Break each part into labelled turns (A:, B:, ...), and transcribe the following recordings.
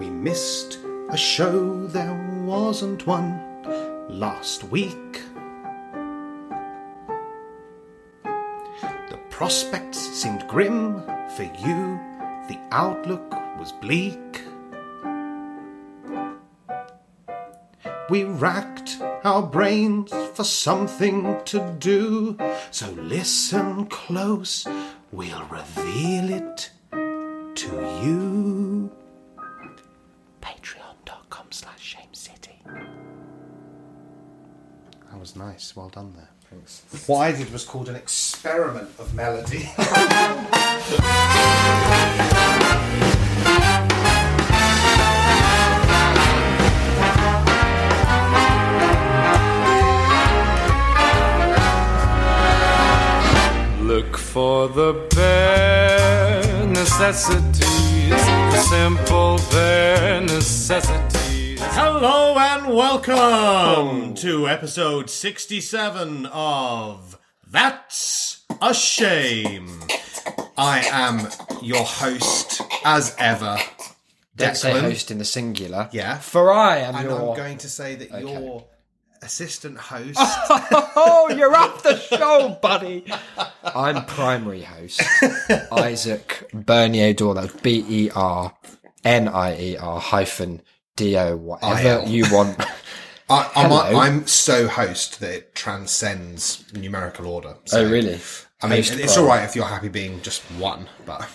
A: missed a show, there wasn't one last week. The prospects seemed grim for you, the outlook was bleak. We racked our brains for something to do, so listen close, we'll reveal it to you. Patreon.com slash Shame City. That was nice. Well done there. Thanks. What I did was called an experiment of melody.
B: Look for the bare necessities, the simple bare necessities.
C: Hello and welcome to episode 67 of That's a Shame. I am your host, as ever,
D: Don't say
C: Declan.
D: host in the singular.
C: Yeah.
D: For I am
C: And
D: your.
C: I'm going to say that your assistant host.
D: Oh, you're off the show, buddy. I'm primary host Isaac Bernier Dorlo. B E R N I E R hyphen D O whatever
C: I-L.
D: you want.
C: I, I'm,
D: Hello.
C: I'm so host that it transcends numerical order. So,
D: oh, really?
C: I mean,
D: Host
C: it's
D: pro.
C: all right if you're happy being just one, but.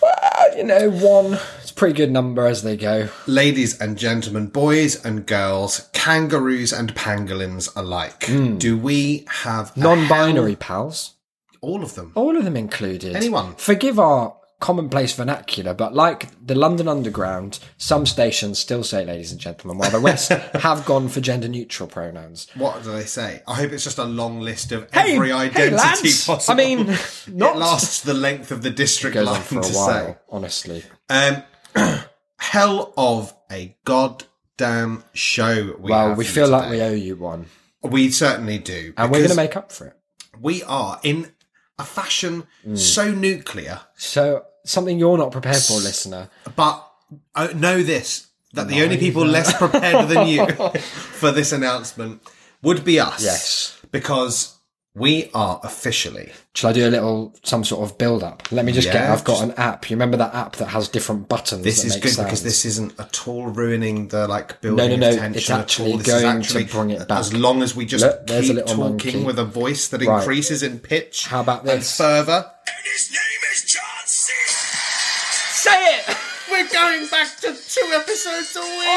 D: You know, one. It's a pretty good number as they go.
C: Ladies and gentlemen, boys and girls, kangaroos and pangolins alike, do we have a
D: Hmm. Non-binary pals.
C: hell- all of them?
D: All of them included.
C: Anyone.
D: Forgive our commonplace vernacular, but like the London Underground, some stations still say ladies and gentlemen, while the rest have gone for gender neutral pronouns.
C: What do they say? I hope it's just a long list of
D: Hey,
C: every
D: hey,
C: identity
D: lads.
C: possible.
D: I mean, not-
C: it lasts the length of the district
D: Goes
C: line
D: on for a
C: to
D: while,
C: say.
D: honestly.
C: Um, hell of a goddamn show. We
D: Well,
C: have
D: we
C: for you
D: feel like we
C: today.
D: owe you one,
C: we certainly do,
D: and we're going
C: because
D: to make up for it.
C: we are in a fashion
D: Hmm.
C: so nuclear
D: So, something you're not prepared for, listener.
C: But uh, know this that the only people less prepared than you for this announcement would be us.
D: Yes.
C: Because we are officially.
D: Shall I do a little, some sort of build up? Let me just get,
C: Yeah,
D: I've got
C: just-
D: an app. You remember that app that has different buttons?
C: This
D: that
C: is
D: make
C: good
D: sounds?
C: because this isn't at all ruining the like building
D: no, no,
C: of
D: it's
C: tension
D: actually
C: at all. This is
D: going to
C: actually
D: bring it
C: as
D: back.
C: long as we just
D: Look, there's a
C: keep
D: little
C: talking
D: monkey.
C: with a voice that
D: Right.
C: increases in pitch.
D: How about this?
C: And further.
D: Say it!
C: We're going back to two episodes a week.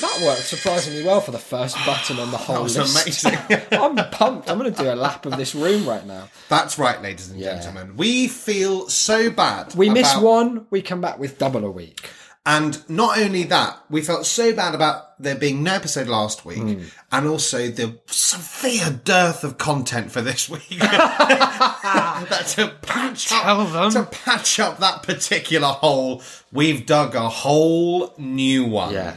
D: That worked surprisingly well for the first button on the whole
C: That was
D: list.
C: amazing.
D: I'm pumped. I'm going to do a lap of this room right now.
C: That's right, ladies and
D: Yeah.
C: gentlemen. We feel so bad.
D: We miss
C: about-
D: one, we come back with double a week.
C: And not only that, we felt so bad about there being no episode last week
D: Hmm.
C: and also the severe dearth of content for this week. that to patch up, to patch up that particular hole, we've dug a whole new one.
D: Yeah.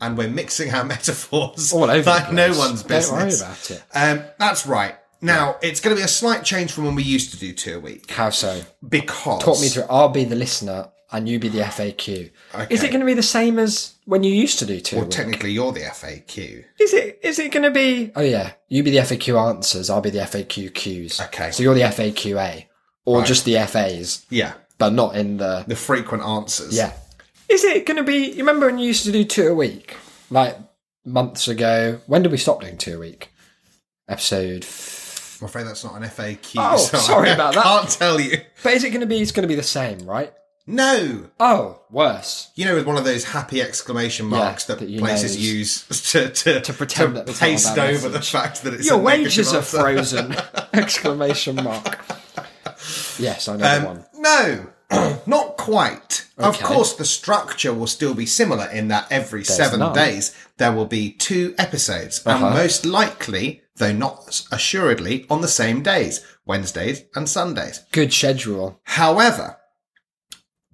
C: And we're mixing our metaphors
D: All over the
C: like no
D: place.
C: one's
D: Don't worry
C: business.
D: about it.
C: Um, that's right. Now, it's going to be a slight change from when we used to do two a week
D: How so?
C: because.
D: Talk me through. it. I'll be the listener and you be the FAQ. Is
C: Okay.
D: it going to be the same as when you used to do two? a week?
C: Technically, you're the FAQ.
D: Is it? Is it going to be? Oh yeah, you be the FAQ answers. I'll be the FAQ Qs.
C: Okay.
D: So you're the FAQA or just the FAs,
C: Yeah.
D: but not in the
C: The frequent answers.
D: Yeah. Is it going to be? You remember when you used to do two a week, like months ago? When did we stop doing two a week? Episode. F-
C: I'm afraid that's not an FAQ.
D: Oh, sorry about that.
C: I can't tell you.
D: but is it going to be? It's going to be the same, right?
C: No.
D: Oh, worse.
C: You know, with one of those happy exclamation marks that,
D: that you
C: places
D: know
C: use to, to,
D: To pretend that it's not a
C: paste
D: bad
C: over
D: message.
C: the fact that it's
D: Your
C: a negative
D: wages are
C: answer.
D: frozen! Exclamation mark. Yes, I know the one.
C: Um, No, not quite. Of
D: Okay.
C: course, the structure will still be similar in that every seven
D: none. Uh-huh.
C: days there will be two episodes, and most likely, though not assuredly, on the same days Wednesdays and Sundays.
D: Good schedule.
C: However,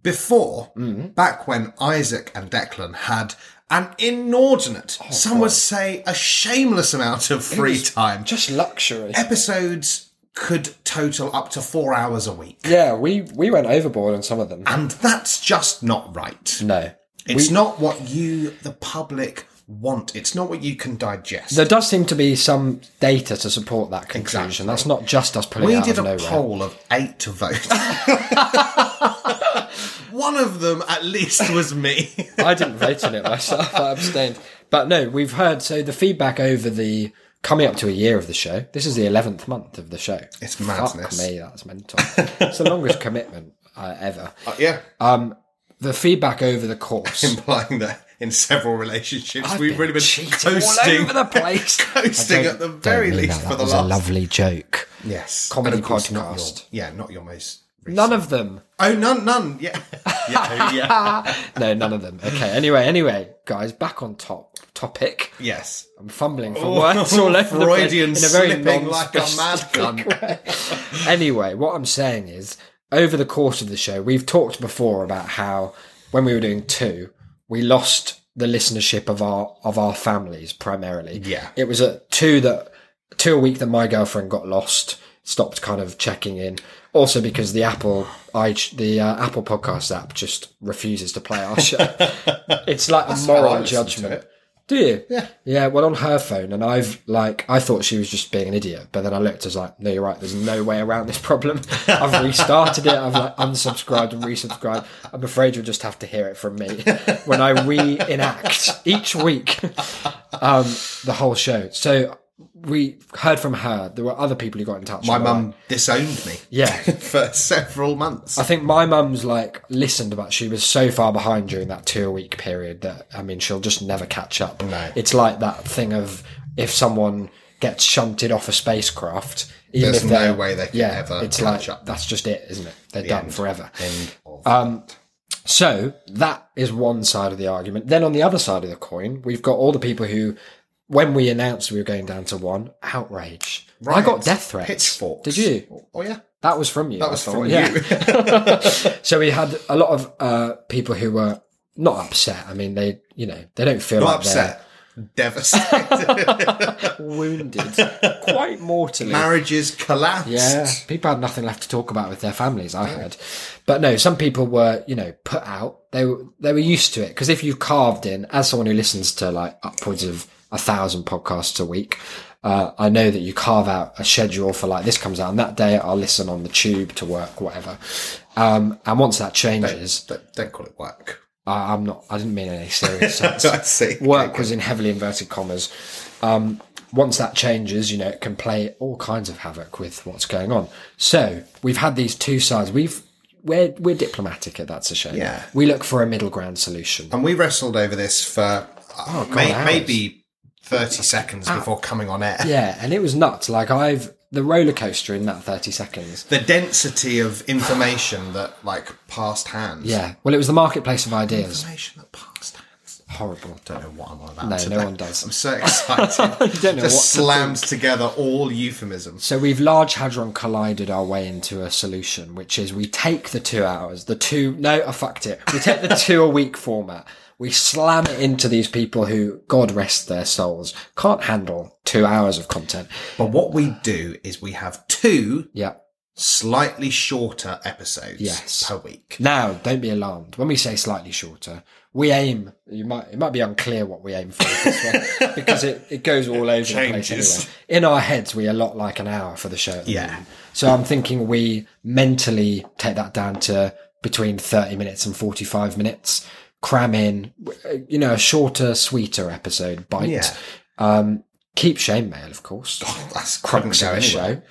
C: before,
D: Mm-hmm.
C: back when Isaac and Declan had an inordinate,
D: Oh,
C: some would say a shameless amount of free time,
D: Just luxury.
C: episodes could total up to four hours a week.
D: Yeah, we we went overboard on some of them.
C: And that's just not right.
D: No.
C: It's not what you, the public, want. It's not what you can digest.
D: There does seem to be some data to support that conclusion.
C: Exactly.
D: That's not just us pulling it
C: we
D: out
C: did a
D: of nowhere.
C: poll of eight to vote. One of them, at least, was me.
D: I didn't vote on it myself. I abstained. But no, we've heard. So the feedback over the coming up to a year of the show. This is the eleventh month of the show.
C: It's
D: Fuck
C: madness.
D: me, that's mental. it's the longest commitment uh, ever.
C: yeah,
D: The feedback over the course.
C: implying that in several relationships
D: I've
C: we've really been
D: cheating
C: coasting
D: all over the place.
C: coasting
D: I don't-
C: at the
D: don't
C: very
D: mean
C: least
D: that.
C: for
D: That
C: the
D: was
C: last
D: a lovely joke.
C: yes
D: comedy
C: And of course not
D: podcast.
C: your- yeah, not your most. Recent.
D: None of them.
C: Oh, none, none. Yeah, yeah, oh, yeah.
D: No, none of them. Okay. Anyway, anyway, guys, back on top topic.
C: yes.
D: I'm fumbling for
C: Oh,
D: words all over the place
C: Freudian
D: in a very
C: slipping like a mad
D: non-specific
C: gun.
D: anyway, what I'm saying is, over the course of the show, we've talked before about how when we were doing two, we lost the listenership of our of our families primarily.
C: Yeah.
D: it was at two that two a week that my girlfriend got lost, stopped kind of checking in. Also because the Apple i the uh, Apple Podcast app just refuses to play our show. it's like a
C: how I
D: moral
C: listen to
D: judgment.
C: it.
D: Do you? Yeah. Yeah. Well, on her phone, and I've like I thought she was just being an idiot, but then I looked. I was like, no, you're right. There's no way around this problem. I've restarted it. I've like unsubscribed and resubscribed. I'm afraid you'll just have to hear it from me when I reenact each week um, the whole show. So we heard from her. There were other people who got in touch.
C: My
D: and were like,
C: mum disowned me
D: Yeah.
C: for several months.
D: I think my mum's like listened about she was so far behind during that two week period that I mean she'll just never catch up.
C: No.
D: It's like that thing of if someone gets shunted off a spacecraft, even
C: There's
D: if they're-
C: no way they can
D: yeah,
C: ever
D: it's
C: catch
D: like
C: up.
D: that's just it, isn't it? They're done
C: end.
D: forever.
C: End of-
D: So that is one side of the argument. Then on the other side of the coin, we've got all the people who, when we announced we were going down to one, outrage. I got
C: Riots,
D: death threats.
C: Pitchforks.
D: Did you?
C: Oh yeah,
D: That was from you.
C: that was
D: I thought.
C: from
D: yeah.
C: you.
D: So we had a lot of uh, people who were not upset. I mean, they, you know, they don't feel
C: Not
D: like
C: upset. Devastated.
D: They're wounded, quite mortally.
C: Marriages collapsed.
D: yeah, people had nothing left to talk about with their families. I heard, but no, some people were, you know, put out. They were they were used to it because if you carved in, as someone who listens to like upwards of a thousand podcasts a week, uh, I know that you carve out a schedule for like this comes out on that day. I'll listen on the tube to work, whatever. Um, and once that changes,
C: Don't, don't call it work.
D: I, I'm not. I didn't mean any serious sense.
C: I see.
D: Work was in heavily inverted commas. Um, once that changes, you know, it can play all kinds of havoc with what's going on. So we've had these two sides. We've we're we're diplomatic at that's a shame.
C: Yeah.
D: we look for a middle ground solution.
C: And we wrestled over this for uh, may-
D: Oh, hours. Ah.
C: maybe 30 seconds before coming on air.
D: yeah, and it was nuts. Like I've the roller coaster in that thirty seconds.
C: The density of information that, like, passed hands.
D: Yeah. Well, it was the marketplace of ideas.
C: Information that passed hands.
D: Horrible.
C: I don't know what I'm on about.
D: No,
C: today.
D: no one does.
C: I'm so excited.
D: don't know
C: Just
D: what to
C: slammed together all euphemisms.
D: So we've large hadron collided our way into a solution, which is we take the two hours, the two no, I fucked it. We take the two a week format. We slam it into these people who, God rest their souls, can't handle two hours of content.
C: But what we do is we have two
D: Yeah.
C: slightly shorter episodes
D: Yes.
C: per week.
D: Now, don't be alarmed. When we say slightly shorter, we aim. You might it might be unclear what we aim for with this one, because it, it goes all over the
C: changes.
D: place. Anyway, in our heads, we allot like an hour for the show. at the
C: Yeah.
D: moment. So I'm thinking we mentally take that down to between 30 minutes and 45 minutes. Cram in, you know, a shorter, sweeter episode bite.
C: Yeah. Oh,
D: Um, keep shame mail, of course.
C: That's
D: Crux
C: crunch
D: of the
C: anyway.
D: show.
C: The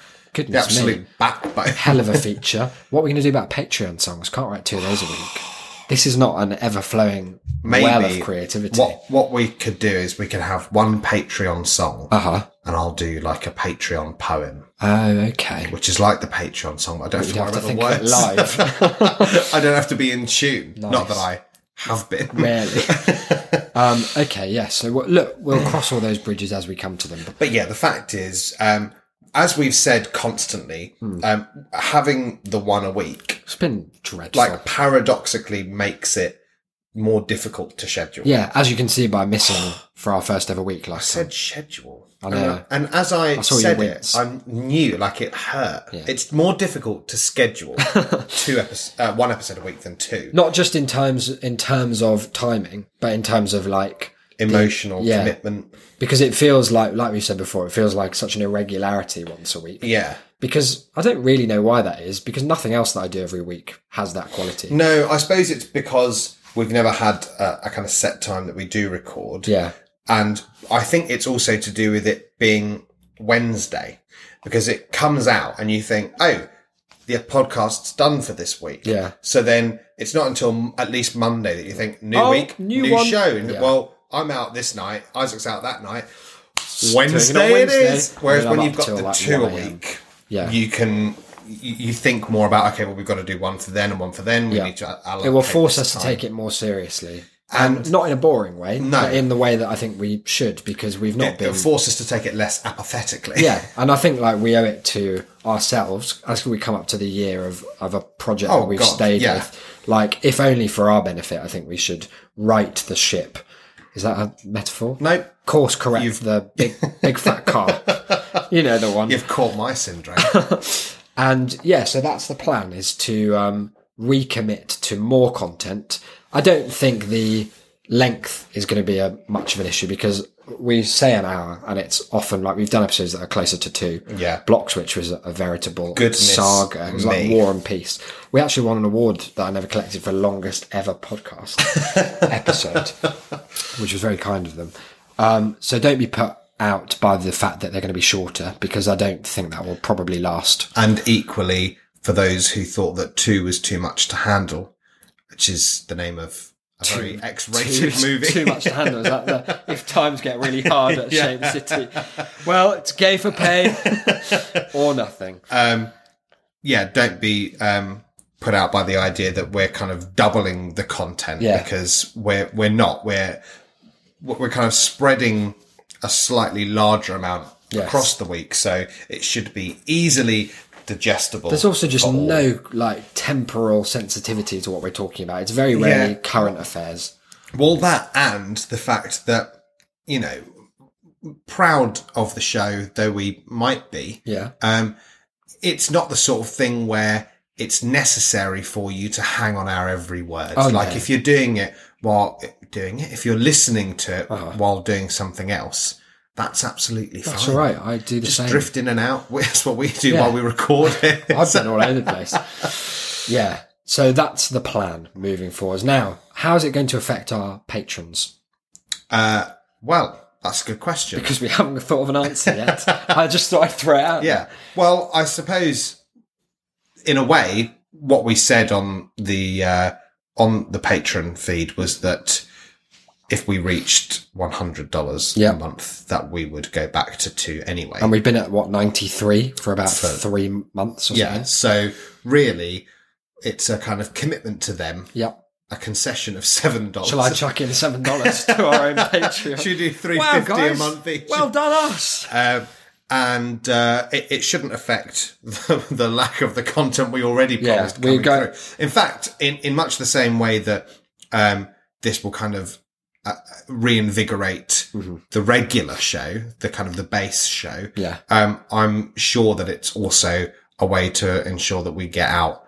D: Goodness me
C: absolute backbone.
D: hell of a feature. What are we going to do about Patreon songs? Can't write two of those a week. This is not an ever flowing
C: Maybe
D: well of creativity.
C: What what we could do is we could have one Patreon song,
D: Uh huh.
C: and I'll do like a Patreon poem,
D: Oh, okay.
C: which is like the Patreon song. But I don't have
D: You'd
C: to
D: have
C: worry
D: to
C: about the
D: think of it
C: words.
D: live,
C: I don't have to be in tune. Not that I have been.
D: rarely. Um, okay, yeah. So what, look, we'll cross all those bridges as we come to them.
C: But yeah, the fact is, um, as we've said constantly,
D: Hmm.
C: um, having the one a week
D: It's been dreadful.
C: like paradoxically makes it more difficult to schedule.
D: Yeah, as you can see by missing for our first ever week last
C: said schedule.
D: I know.
C: And, and as I,
D: saw you
C: said it,
D: wince.
C: I knew like it hurt.
D: Yeah.
C: It's more difficult to schedule two episodes, uh, one episode a week than two.
D: time. Not just in terms in terms of timing, but in terms of like
C: Emotional
D: yeah.
C: commitment.
D: because it feels like like we said before, it feels like such an irregularity once a week.
C: Yeah.
D: Because I don't really know why that is, because nothing else that I do every week has that quality.
C: No, I suppose it's because we've never had a, a kind of set time that we do record.
D: Yeah.
C: And I think it's also to do with it being Wednesday because it comes out and you think, oh, the podcast's done for this week.
D: Yeah.
C: So then it's not until m- at least Monday that you think, new
D: Oh,
C: week,
D: new
C: new,
D: one.
C: show. And
D: Yeah.
C: Well, I'm out this night. Isaac's out that night. Wednesday,
D: Wednesday.
C: it is. Whereas
D: And
C: when
D: then I'm
C: you've
D: up
C: got
D: till
C: the
D: like
C: two a
D: 1 a.m..
C: week,
D: Yeah.
C: you can you, you think more about okay, well we've got to do one for then and one for then. We
D: Yeah.
C: need to. Allocate
D: it will force
C: this
D: us to
C: time.
D: take it more seriously.
C: And-
D: And not in a boring way,
C: No.
D: but in the way that I think we should, because we've not
C: It,
D: been
C: will force us to take it less apathetically.
D: Yeah, and I think like we owe it to ourselves as we come up to the year of, of a project
C: Oh,
D: that we've
C: God,
D: stayed
C: yeah.
D: with. Like, if only for our benefit, I think we should right the ship. Is that a metaphor?
C: Nope.
D: Course correct the big big fat car. you know the one.
C: You've caught my syndrome.
D: And yeah, so that's the plan is to um, recommit to more content. I don't think the length is going to be a much of an issue because we say an hour and it's often like we've done episodes that are closer to two.
C: Yeah.
D: Block Switch was a veritable
C: Goodness
D: saga. It was like
C: me.
D: War and Peace. We actually won an award that I never collected for longest ever podcast episode, which was very kind of them. Um, so don't be put out by the fact that they're going to be shorter because I don't think that will probably last
C: and equally, for those who thought that two was too much to handle, which is the name of a very
D: too,
C: X-rated movie.
D: too much to handle. Is that the, if times get really hard at Shame City, well, it's gay for pay or nothing.
C: yeah, don't be um, put out by the idea that we're kind of doubling the content
D: Yeah.
C: because we're we're not. We're we're kind of spreading a slightly larger amount
D: Yes.
C: across the week, so it should be easily digestible.
D: There's also just
C: for all.
D: no like temporal sensitivity to what we're talking about. It's very rarely
C: Yeah.
D: current affairs.
C: Well, that and the fact that, you know, proud of the show, though we might be,
D: Yeah,
C: um, it's not the sort of thing where it's necessary for you to hang on our every word.
D: Oh,
C: like
D: no.
C: if you're doing it while doing it, if you're listening to it while doing something else, that's absolutely
D: Uh-huh. that's
C: fine.
D: all right. I do the
C: Just
D: same.
C: drift in and out. That's what we do
D: Yeah.
C: while we record it.
D: I've been all over the place. Yeah. So that's the plan moving forwards. Now, how is it going to affect our patrons?
C: uh, well, that's a good question.
D: Because we haven't thought of an answer yet. I just thought I'd throw it out.
C: Yeah. Well, I suppose in a way, what we said on the uh, on the Patreon feed was that if we reached one hundred dollars
D: Yeah.
C: a month, that we would go back to two anyway.
D: And we've been at what, 93 for about three months or
C: yeah.
D: something?
C: So really, it's a kind of commitment to them,
D: Yep.
C: a concession of seven dollars.
D: Shall I chuck in $7 to our own Patreon?
C: Should we do three
D: Wow,
C: fifty a
D: guys.
C: month each?
D: Well done, us.
C: Um, and uh, it, it shouldn't affect the, the lack of the content we already
D: Yeah,
C: promised.
D: we
C: coming
D: go-
C: through. In fact, in, in much the same way that um, this will kind of uh, reinvigorate
D: Mm-hmm.
C: the regular show, the kind of the base show.
D: Yeah.
C: Um, I'm sure that it's also a way to ensure that we get out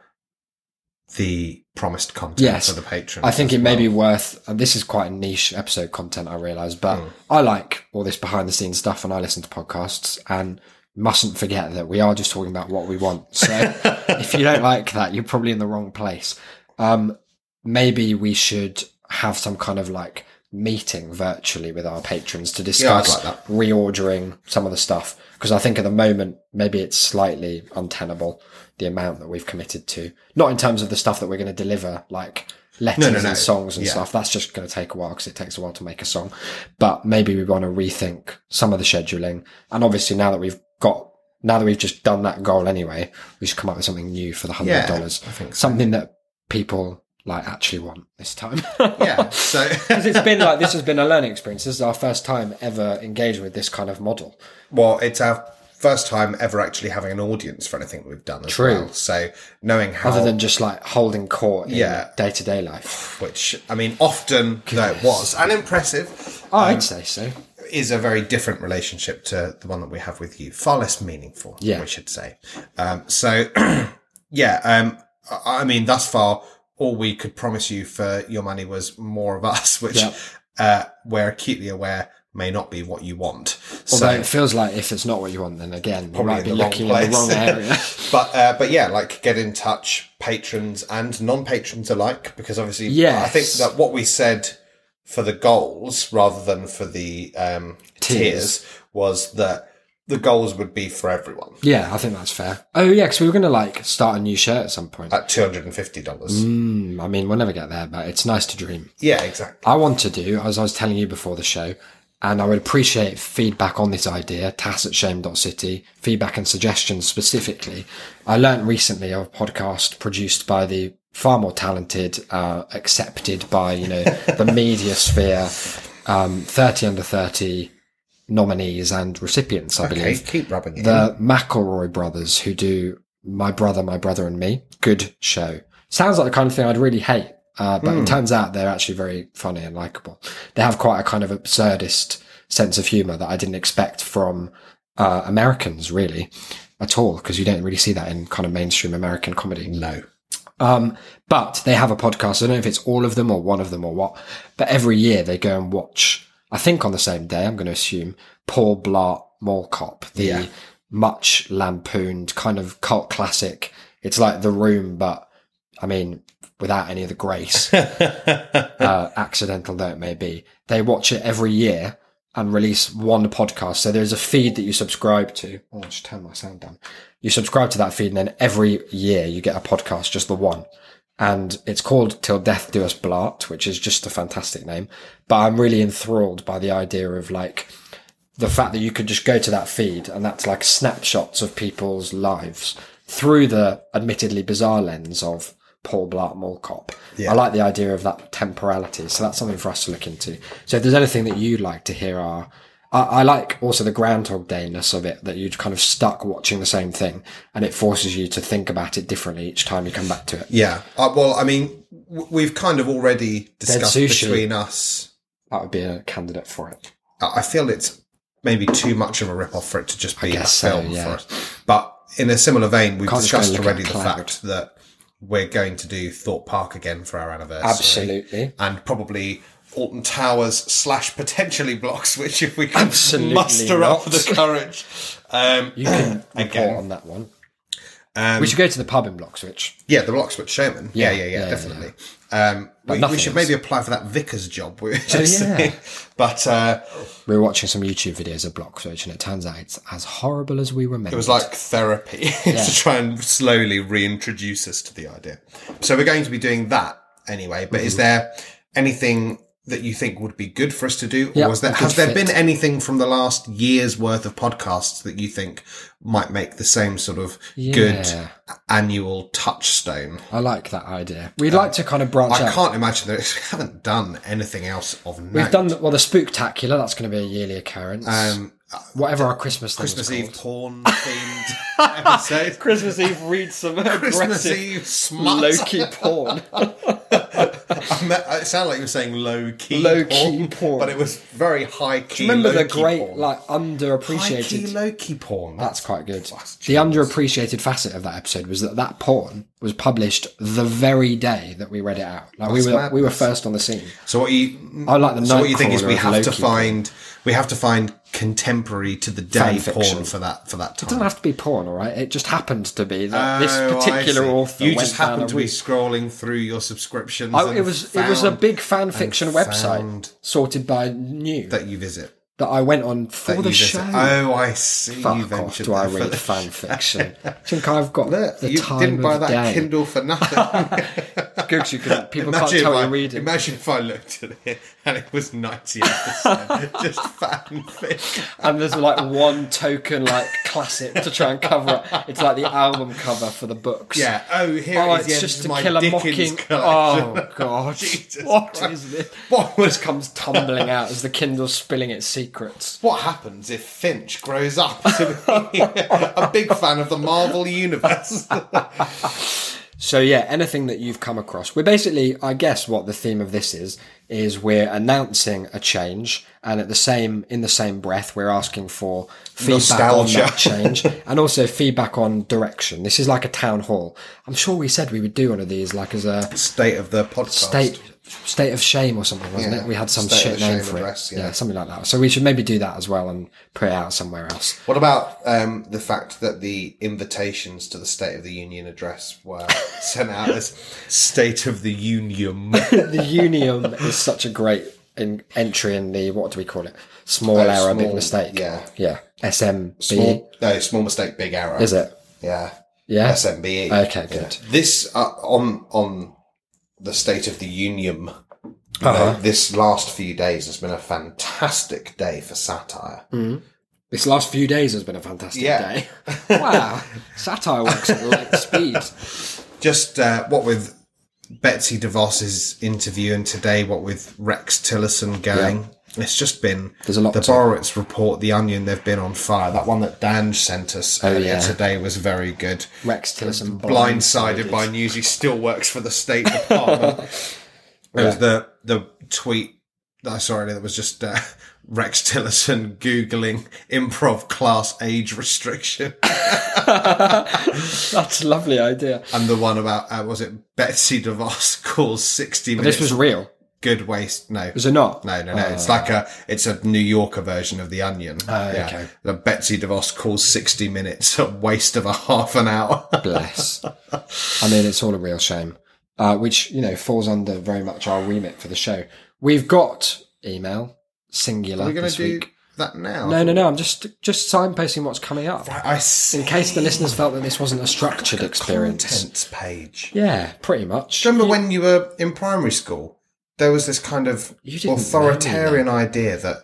C: the promised content
D: Yes.
C: for the patrons.
D: I think
C: as
D: it may
C: well.
D: be worth, and this is quite a niche episode content, I realise, but
C: Mm.
D: I like all this behind the scenes stuff and I listen to podcasts and mustn't forget that we are just talking about what we want. So if you don't like that, you're probably in the wrong place. Um, maybe we should have some kind of like meeting virtually with our patrons to
C: Yeah, I'd like
D: discuss
C: that.
D: reordering some of the stuff because I think at the moment maybe it's slightly untenable the amount that we've committed to. Not in terms of the stuff that we're going to deliver, like letters
C: No, no, no.
D: and songs and
C: Yeah.
D: stuff. That's just going to take a while because it takes a while to make a song. But maybe we want to rethink some of the scheduling. And obviously now that we've got now that we've just done that goal anyway, we should come up with something new for the hundred
C: Yeah,
D: dollars.
C: I think so.
D: something that people like actually want this time.
C: yeah. So
D: it's been like this has been a learning experience. This is our first time ever engaging with this kind of model.
C: Well, it's our first time ever actually having an audience for anything that we've done as
D: True.
C: well. So knowing how,
D: Other than just like holding court in
C: Yeah.
D: day to day life.
C: which I mean, often though it was and impressive,
D: Oh, I'd say so.
C: is a very different relationship to the one that we have with you. Far less meaningful,
D: Yeah.
C: we should say. Um, so, yeah, um, I I mean, thus far, all we could promise you for your money was more of us, which
D: Yeah.
C: uh, we're acutely aware may not be what you want.
D: Although
C: so,
D: it feels like if it's not what you want, then again, you
C: Probably
D: might be
C: in the wrong
D: looking in the
C: place.
D: wrong area.
C: but uh, but yeah, like get in touch, patrons and non-patrons alike, because obviously,
D: Yes.
C: I think that what we said for the goals rather than for the um,
D: Tiers.
C: tiers. was that the goals would be for everyone
D: yeah, I think that's fair. Oh, yeah, because we were going to like start a new shirt at some point.
C: at two hundred and fifty dollars.
D: Mm, I mean, we'll never get there, but it's nice to dream.
C: Yeah, exactly.
D: I want to do, as I was telling you before the show, and I would appreciate feedback on this idea, tass at shame.city, feedback and suggestions specifically. I learned recently of a podcast produced by the far more talented, uh, accepted by, you know, the media sphere, um, 30 under 30 nominees and recipients, I
C: Okay,
D: believe
C: keep rubbing it. in.
D: the McElroy brothers who do My Brother, My Brother and Me. Good show. Sounds like the kind of thing I'd really hate, uh, but
C: Hmm.
D: it turns out they're actually very funny and likable. They have quite a kind of absurdist sense of humor that I didn't expect from uh, Americans really at all, because you don't really see that in kind of mainstream American comedy.
C: No,
D: Um, but they have a podcast. I don't know if it's all of them or one of them or what, but every year they go and watch, I think on the same day, I'm going to assume, Paul Blart Mall Cop, the
C: Yeah.
D: much lampooned kind of cult classic. It's like The Room, but I mean, without any of the grace, uh, accidental though it may be. They watch it every year and release one podcast. So there's a feed that you subscribe to. Oh, I should turn my sound down. You subscribe to that feed, and then every year you get a podcast, just the one. And it's called Till Death Do Us Blart, which is just a fantastic name. But I'm really enthralled by the idea of like the fact that you could just go to that feed and that's like snapshots of people's lives through the admittedly bizarre lens of Paul Blart Mall Cop. I like the idea of that temporality. So that's something for us to look into. So if there's anything that you'd like to hear are I, I like also the Groundhog Dayness of it that you're kind of stuck watching the same thing and it forces you to think about it differently each time you come back to it.
C: yeah. Uh, well, I mean, w- we've kind of already discussed
D: sushi.
C: between us.
D: That would be a candidate for it.
C: I I feel it's maybe too much of a rip off for it to just be a
D: guess so,
C: film
D: yeah.
C: for us. But in a similar vein, we've
D: Can't just go
C: discussed
D: look at
C: already the
D: cloud.
C: fact that we're going to do Thorpe Park again for our anniversary.
D: Absolutely.
C: And probably Alton Towers slash potentially blocks, which if we can
D: Absolutely
C: muster up
D: not.
C: the courage. Um,
D: You can report
C: Again.
D: on that one.
C: um,
D: We should go to the pub in Blockswich.
C: yeah, the Blockswich Showman. Yeah,
D: Yeah,
C: yeah, yeah,
D: yeah,
C: definitely. Um, we, we
D: nothing
C: should
D: else. Oh,
C: maybe apply for that vicar's job. We were just
D: yeah.
C: saying. But uh,
D: we were watching some YouTube videos of block switch, and it turns out it's as horrible as we remember.
C: It was like therapy to try and slowly reintroduce us to the idea. So we're going to be doing that anyway. But
D: Mm-hmm.
C: is there anything that you think would be good for us to do, or
D: Yeah,
C: is there,
D: a good
C: has there
D: fit.
C: been anything from the last year's worth of podcasts that you think might make the same sort of good
D: Yeah.
C: annual touchstone?
D: I like that idea. We'd like to kind of branch
C: I
D: out.
C: can't imagine that we haven't done anything else of note.
D: We've done well the spooktacular. That's going to be a yearly occurrence.
C: um,
D: Whatever our Christmas thing
C: Christmas
D: was
C: Eve porn
D: called.
C: themed episode.
D: Christmas Eve reads some
C: Christmas Eve smut.
D: porn.
C: I meant- it sounded like you were saying low key,
D: Low-key
C: porn,
D: porn.
C: but it was very high key.
D: Remember the
C: low-key
D: great
C: porn.
D: like
C: high key,
D: underappreciated.
C: low key porn.
D: That's quite good. The underappreciated facet of that episode was that that porn was published the very day that we read it out. Like we were
C: That's
D: we were
C: madness.
D: first on the scene.
C: so what you?
D: I like the
C: So what you think is
D: Nightcrawler
C: we
D: of
C: have to
D: low-key porn.
C: find we have to find contemporary to the day
D: Fan fiction.
C: porn for that for that
D: It doesn't
C: time.
D: have to be porn, all right? It just happened to be that this
C: Oh, I
D: particular
C: see.
D: author.
C: You
D: went
C: just
D: down
C: happened
D: a
C: to be
D: route.
C: scrolling through your subscriptions.
D: Oh,
C: and
D: it was it was a
C: found
D: big fan fiction website
C: found-
D: sorted by new that,
C: that you visit.
D: I went on for
C: That
D: the
C: you
D: show.
C: visit. Oh, I see. you
D: Fuck off!
C: ventured
D: Do I
C: there for
D: read
C: the-
D: fan fiction? I think I've got the
C: you
D: time
C: didn't
D: of
C: buy that
D: day.
C: Kindle for nothing.
D: Good, 'cause you can, people can't
C: Imagine
D: tell
C: if I,
D: you're reading.
C: Imagine if I looked at it and it was 90 episodes, just fanfic.
D: and there's like one token, like classic to try and cover it. It's like the album cover for the books.
C: Yeah. Oh, here
D: Oh,
C: it is.
D: it's
C: yeah,
D: just
C: this
D: to
C: is my
D: kill a
C: Dickens
D: mocking.
C: collection.
D: Oh God! What is
C: Jesus
D: this?
C: What was
D: comes tumbling out as the Kindle spilling its secrets.
C: What happens if Finch grows up to be a big fan of the Marvel Universe?
D: So yeah, anything that you've come across. We're basically, I guess, what the theme of this is is we're announcing a change, and at the same in the same breath, we're asking for feedback
C: Nostalgia.
D: on that change, and also feedback on direction. This is like a town hall. I'm sure we said we would do one of these, like as a
C: State of the podcast.
D: state state of shame or something, wasn't
C: Yeah.
D: it? We had some
C: State of
D: shit
C: the
D: name
C: shame
D: for
C: address,
D: it,
C: yeah.
D: yeah, something like that. So we should maybe do that as well and put it out somewhere else.
C: What about um, the fact that the invitations to the State of the Union address were sent out as State of the Union?
D: the unium is such a great in, entry in the what do we call it? Uh, Small error, big
C: small,
D: mistake.
C: yeah.
D: yeah. SMB
C: Small, no, small mistake, big error.
D: is it?
C: Yeah.
D: Yeah.
C: SMBE.
D: Okay, good.
C: E. This uh, on on the State of the Union.
D: Uh-huh.
C: uh, this last few days has been a fantastic day for satire.
D: Hmm. This last few days has been a fantastic
C: Yeah.
D: day. wow, satire works at light speed.
C: Just uh, what with Betsy DeVos's interview and today, what with Rex Tillerson going. It's just been
D: There's a lot
C: The
D: to-
C: Borowitz report, The Onion, they've been on fire. That one that Dan sent us earlier
D: Oh, yeah.
C: today was very good.
D: Rex Tillerson
C: blindsided by news. He still works for the State Department. There was the the tweet that I saw earlier that was just uh, Rex Tillerson googling improv class age restriction,
D: That's a lovely idea.
C: and the one about uh, was it Betsy DeVos calls sixty minutes
D: This was real.
C: good waste. No,
D: Was it Ah. not?
C: No, no, no. it's like a it's a New Yorker version of the Onion.
D: Oh, okay.
C: The Betsy DeVos calls sixty minutes a waste of a half an hour.
D: Bless. I mean, it's all a real shame, uh, which, you know, falls under very much our remit for the show. We've got email, singular,
C: We're going
D: this
C: to do
D: week.
C: that now.
D: No, no, no. I'm just just signposting what's coming up.
C: I see.
D: In case the listeners felt that this wasn't a structured experience.
C: Contents page.
D: Yeah, pretty much.
C: Do you remember when you were in primary school? There was this kind of
D: You didn't
C: authoritarian idea that,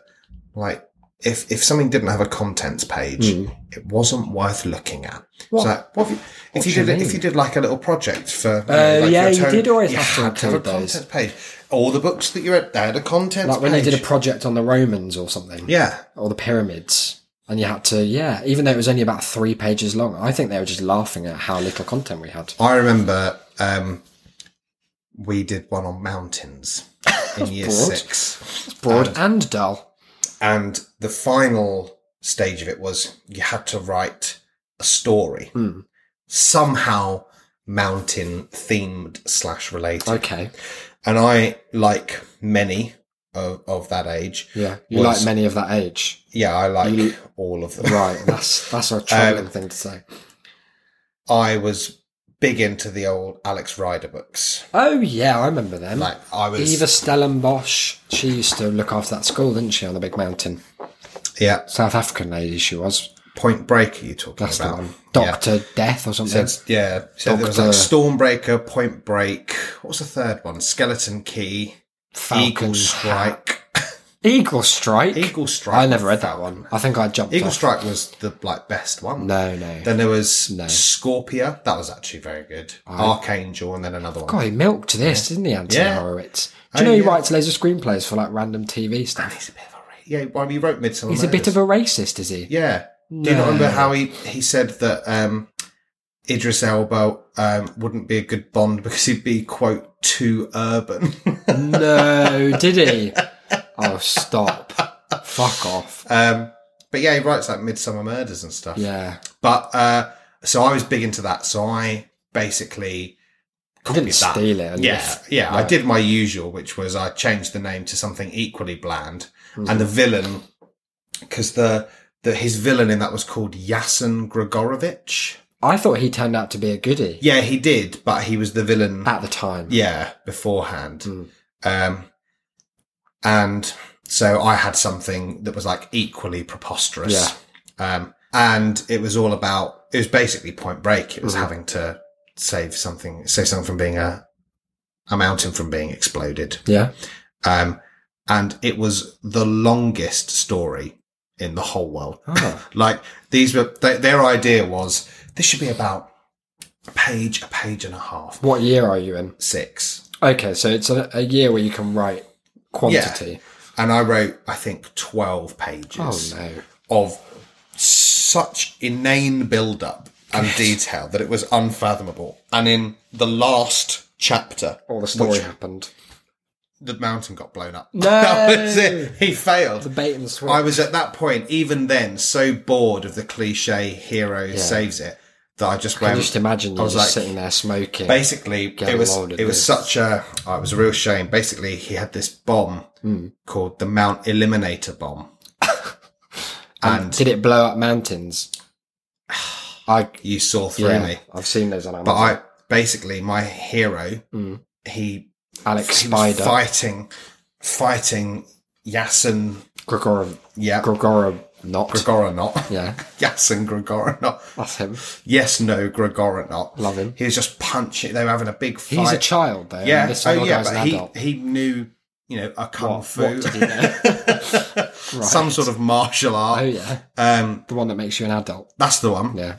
C: like, if if something didn't have a contents page,
D: Hmm.
C: it wasn't worth looking at. What? So, like, what if you, if you
D: do you
C: did it- if
D: mean?
C: you did like a little project for you
D: Uh,
C: like
D: yeah,
C: your
D: you
C: term,
D: did always
C: you
D: have to
C: had to have a
D: include those.
C: contents page. All the books that you read, they had a contents
D: Like when they
C: page.
D: did a project on the Romans or something.
C: yeah,
D: Or the pyramids. And you had to, yeah, even though it was only about three pages long, I think they were just laughing at how little content we had.
C: I remember um, we did one on mountains in year
D: broad.
C: six.
D: Broad and dull.
C: And the final stage of it was you had to write a story,
D: Hmm.
C: somehow mountain themed slash related.
D: Okay.
C: And I, like many of, of that age,
D: Yeah. You
C: was-
D: like many of that age.
C: yeah, I like
D: You-
C: all of them.
D: Right. That's that's
C: Um,
D: a troubling thing to say.
C: I was big into the old Alex Rider books.
D: Oh yeah, I remember them.
C: Like I was,
D: Eva Stellenbosch, she used to look after that school, didn't she, on the big mountain?
C: yeah,
D: South African lady she was.
C: Point Break. Are you talking
D: That's
C: about
D: the one. Doctor Death or something.
C: Said, yeah, so there was like
D: Doctor-
C: Stormbreaker, Point Break. What was the third one? Skeleton Key. Eagle
D: Falcon's hat.
C: Strike.
D: Eagle Strike.
C: Eagle Strike.
D: I never read that one. I think I jumped.
C: Eagle
D: off.
C: Strike was the like best one.
D: No, no.
C: Then there was
D: No.
C: Scorpia. That was actually very good. Archangel, and then another one.
D: God, he milked this, didn't he, Anthony
C: Yeah.
D: Horowitz? Do you know he writes loads of screenplays for like random TV stuff?
C: He's a bit of a ra- yeah. Well, he wrote Midsummer.
D: He's a bit of a racist, is he?
C: yeah. Do you not remember how he he said that um, Idris Elba um, wouldn't be a good Bond because he'd be quote too urban.
D: No, did he? Oh, stop. Fuck off.
C: um, but yeah, he writes like Midsummer Murders and stuff.
D: Yeah.
C: But uh, so I was big into that. So I basically
D: I didn't
C: that.
D: steal it. and
C: Yeah, yeah. I did my usual, which was I changed the name to something equally bland, and the villain, because the the his villain in that was called Yasin Grigorovich.
D: I thought he turned out to be a goodie
C: Yeah, he did, but he was the villain.
D: at the time.
C: yeah, beforehand, um, and so I had something that was like equally preposterous.
D: Yeah.
C: Um, and it was all about, it was basically point break. It was having to save something, save something from being a, a mountain from being exploded.
D: Yeah.
C: Um, and it was the longest story in the whole world. like these were, th- their idea was this should be about a page, a page and a half,
D: What year are you in?
C: six.
D: Okay, so it's a, a year where you can write quantity.
C: And I wrote, I think, 12 pages
D: Oh, no.
C: of such inane build up and detail that it was unfathomable. And in the last chapter,
D: All the story
C: which-
D: happened.
C: the mountain got blown up.
D: No.
C: that was it. He failed.
D: Bait and switch.
C: I was at that point, even then, so bored of the cliche hero saves it that I just went.
D: I just imagine
C: I
D: you
C: was
D: just
C: like,
D: sitting there smoking.
C: basically,
D: Get
C: it was
D: loaded
C: it was
D: with-
C: such a oh, it was a real shame. Basically, he had this bomb
D: Hmm.
C: called the Mount Eliminator bomb. and
D: Did it blow up mountains? I
C: you saw through
D: yeah,
C: me,
D: I've seen those on
C: but
D: Amazon.
C: I basically my hero, he,
D: Alex
C: he was
D: Hmm. Spider,
C: fighting, fighting Yasin,
D: Grigorov,
C: yeah,
D: Grigorov, not
C: Grigoronot,
D: yeah,
C: Yasin Grigoronot.
D: that's him.
C: Yes, no, Grigoronot.
D: Love him.
C: He was just punching. They were having a big fight.
D: He's a child though. and
C: yeah.
D: this
C: Oh,
D: other
C: yeah.
D: guy's an
C: But he,
D: adult.
C: he knew, you know, a kung
D: What-
C: fu,
D: what did he know?
C: some sort of martial
D: Oh
C: art.
D: yeah,
C: Um,
D: the one that makes you an adult.
C: that's the one.
D: Yeah,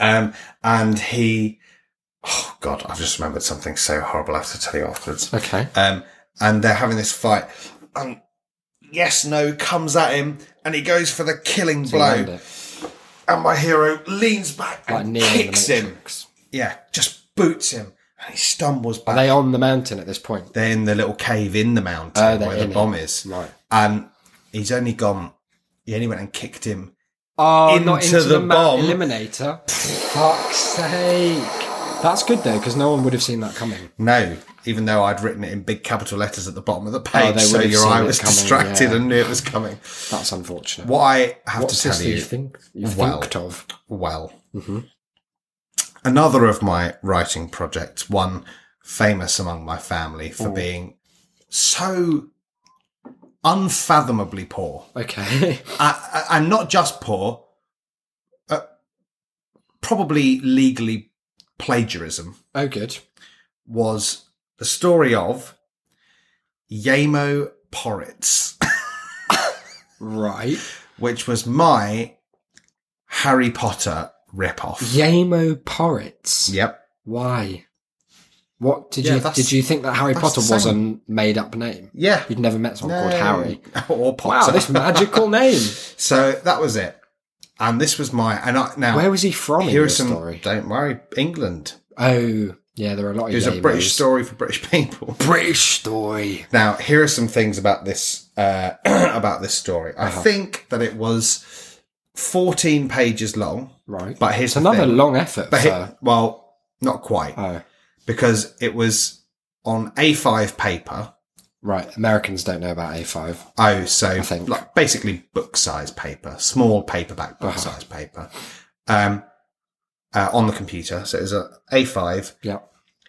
C: Um, and he, oh god, I've just remembered something so horrible. I have to tell you afterwards.
D: okay.
C: Um, and they're having this fight, and yes, no comes at him, and he goes for the killing
D: Land
C: blow,
D: it.
C: and my hero leans back
D: Like
C: and
D: Neo in the
C: kicks him.
D: Matrix.
C: Yeah, just boots him, and he stumbles back.
D: Are they on the mountain at this point?
C: they're in the little cave in the mountain
D: Oh, they're
C: where the
D: in it.
C: bomb is.
D: Right.
C: And he's only gone, he only went and kicked him.
D: Oh,
C: Into
D: not into
C: the
D: the, Mount
C: bomb.
D: eliminator. Fuck's sake! That's good though, because no one would have seen that coming.
C: No, even though I'd written it in big capital letters at the bottom of the
D: Oh,
C: page,
D: they
C: so
D: would have
C: your
D: seen
C: eye
D: it
C: was
D: coming,
C: distracted
D: yeah.
C: and knew it was coming.
D: That's unfortunate.
C: What I have
D: What's
C: to
D: this
C: tell
D: that
C: you,
D: you think Mm-hmm. you've
C: Well.
D: thinked of?
C: well, another of my writing projects, one famous among my family for being so unfathomably poor.
D: Okay.
C: I- I- and not just poor, uh, probably legally plagiarism
D: oh, good.
C: was the story of Yamo Porritz,
D: Right.
C: which was my Harry Potter ripoff.
D: Yamo Porritz.
C: Yep.
D: Why? What did
C: Yeah,
D: you
C: that's-
D: did you think that Harry
C: that's
D: Potter
C: the
D: was a
C: same.
D: made up name?
C: Yeah.
D: You'd never met someone called
C: No.
D: Harry.
C: or
D: Wow,
C: Potter.
D: this magical name.
C: so that was it, and this was my and I, now
D: Where was he from in
C: here
D: your
C: are some.
D: story?
C: Don't worry, England.
D: Oh, yeah, there are a lot of.
C: It was a
D: Yamos.
C: British story for British people.
D: British story.
C: Now, here are some things about this uh, about this story. I
D: Uh-huh.
C: think that it was fourteen pages long,
D: Right.
C: but here's
D: it's
C: the
D: another
C: thing.
D: long effort.
C: But
D: for,
C: he- well, not quite
D: oh,
C: because it was on A5 paper.
D: right. Americans don't know about A five.
C: Oh, so
D: think.
C: like basically book size paper, small paperback book
D: Uh-huh.
C: size paper, um, uh, on the computer. So it was a A5
D: Yeah.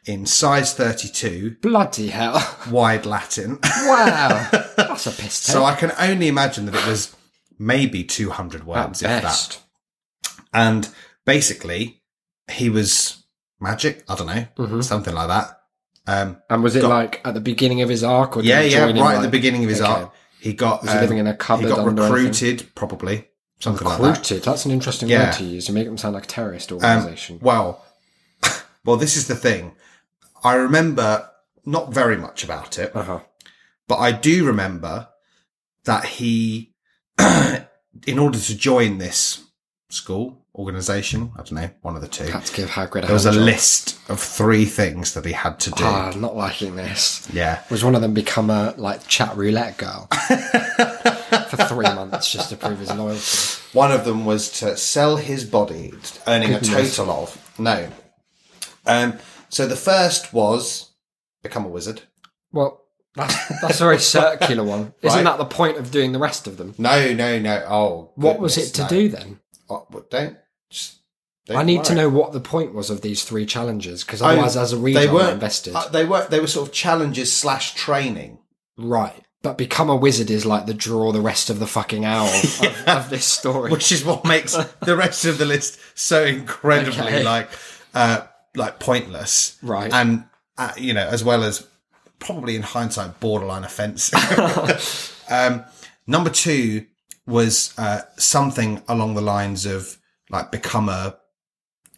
C: in size thirty-two,
D: Bloody hell!
C: wide Latin.
D: Wow, that's a piss take.
C: So I can only imagine that it was maybe 200
D: At
C: words, if that.
D: best.
C: And basically, he was magic. I don't know,
D: Mhm.
C: something like that. Um,
D: And was it
C: Got-
D: like at the beginning of his arc? Or did
C: yeah,
D: it
C: yeah,
D: join
C: right at
D: in,
C: the
D: like-
C: beginning of his
D: Okay.
C: art, he got um,
D: Was he living in a
C: he
D: cupboard?
C: got
D: under anything?
C: recruited, probably something like that.
D: Recruited. That's an interesting
C: Yeah.
D: word to use. You make them sound like a terrorist
C: Um,
D: organization.
C: well, well, this is the thing. I remember not very much about it.
D: uh huh.
C: but I do remember that he, in order to join this school organization, I don't know, one of the two,
D: Had to give Hagrid. A
C: there was a
D: hand job.
C: list of three things that he had to do.
D: Ah, not liking this.
C: Yeah.
D: Was one of them become a like chat roulette girl for three months just to prove his loyalty?
C: One of them was to sell his body, earning a
D: Goodness.
C: total of no. Um. So the first was become a wizard.
D: Well, that's that's a very circular one. Isn't
C: Right.
D: that the point of doing the rest of them?
C: No, no, no. Oh,
D: What was
C: goodness,
D: it to
C: no.
D: do then?
C: Oh, well, don't. Just, don't
D: I need to
C: worry.
D: know what the point was of these three challenges because otherwise,
C: Oh,
D: as a reader,
C: they
D: I'm
C: weren't-
D: invested.
C: uh, they were they were sort of challenges slash training.
D: Right. But become a wizard is like the draw the rest of the fucking hour of, of this story.
C: which is what makes the rest of the list so incredibly
D: Okay.
C: like uh like pointless
D: Right.
C: and uh, you know as well as probably in hindsight borderline offensive um number two was uh something along the lines of like become a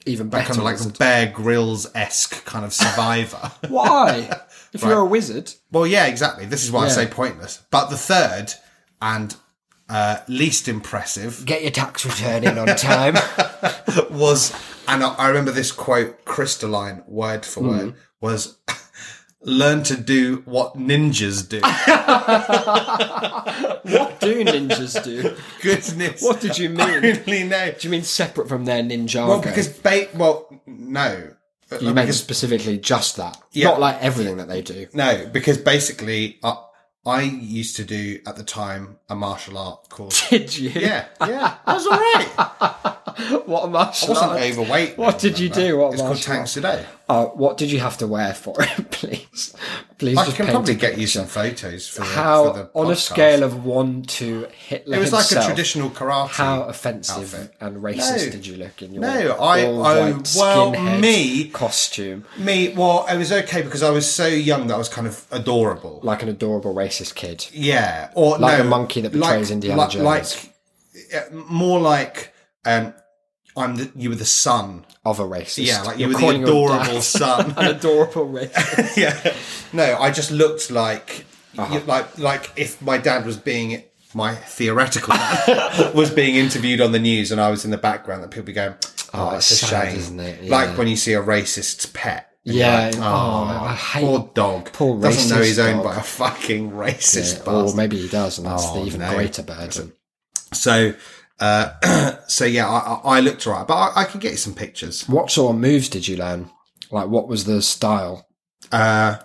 D: Even
C: kind
D: better.
C: of like
D: wizard.
C: bear grills esque kind of survivor
D: Why? If you're a wizard,
C: Well, yeah, exactly. This is why I
D: Yeah.
C: say pointless. But the third and uh, least impressive
D: get your tax return in on time.
C: was, and I, I remember this quote crystalline word for
D: Hmm.
C: word was, "Learn to do what ninjas do."
D: what do ninjas do?
C: Goodness,
D: What did you
C: I
D: mean?
C: only know.
D: Do you mean separate from their ninjago?
C: Well, because ba- well, no,
D: you meant specifically just that, not like everything that they do.
C: no, because basically, I, I used to do at the time a martial art course.
D: Did you?
C: yeah, yeah, I was all right.
D: What a martial
C: I wasn't
D: art.
C: overweight.
D: What did you do? What
C: It's called
D: martial
C: Tanks Today.
D: Uh, what did you have to wear for it, please? Please,
C: I
D: just
C: can
D: paint
C: probably
D: a
C: get you
D: picture.
C: some photos for the,
D: How,
C: for the
D: on a
C: podcast.
D: scale of one to Hitler
C: It was like a
D: himself,
C: traditional karate.
D: How offensive and racist
C: No.
D: did you look in your
C: No, I-
D: all
C: I-
D: white
C: well,
D: skinhead
C: me-
D: costume,
C: Me, well, it was okay because I was so young that I was kind of adorable.
D: like an adorable racist kid?
C: yeah, or
D: Like
C: no,
D: the monkey that betrays Indiana
C: like,
D: Jones.
C: like- uh, more like um, I'm the, you were the son.
D: Of a racist,
C: Yeah, like you
D: You're
C: were the
D: calling your dad
C: adorable son.
D: an adorable racist.
C: yeah. No, I just looked like
D: Uh-huh.
C: you- like like if my dad was being my theoretical dad was being interviewed on the news and I was in the background that people be going, Oh,
D: Oh,
C: that's
D: it's
C: a
D: sad,
C: shame.
D: isn't it?
C: Like
D: Yeah.
C: when you see a racist's pet. and you're
D: Yeah.
C: like,
D: oh,
C: oh,
D: I hate.
C: poor dog.
D: poor
C: Doesn't know
D: racist
C: he's owned
D: dog.
C: by a fucking racist
D: or
C: bastard.
D: maybe he does, and that's
C: Oh,
D: the even
C: no.
D: greater burden.
C: So uh, so yeah, I, I I looked alright, but I, I can get you some pictures.
D: What sort of moves did you learn? Like, what was the style?
C: Uh,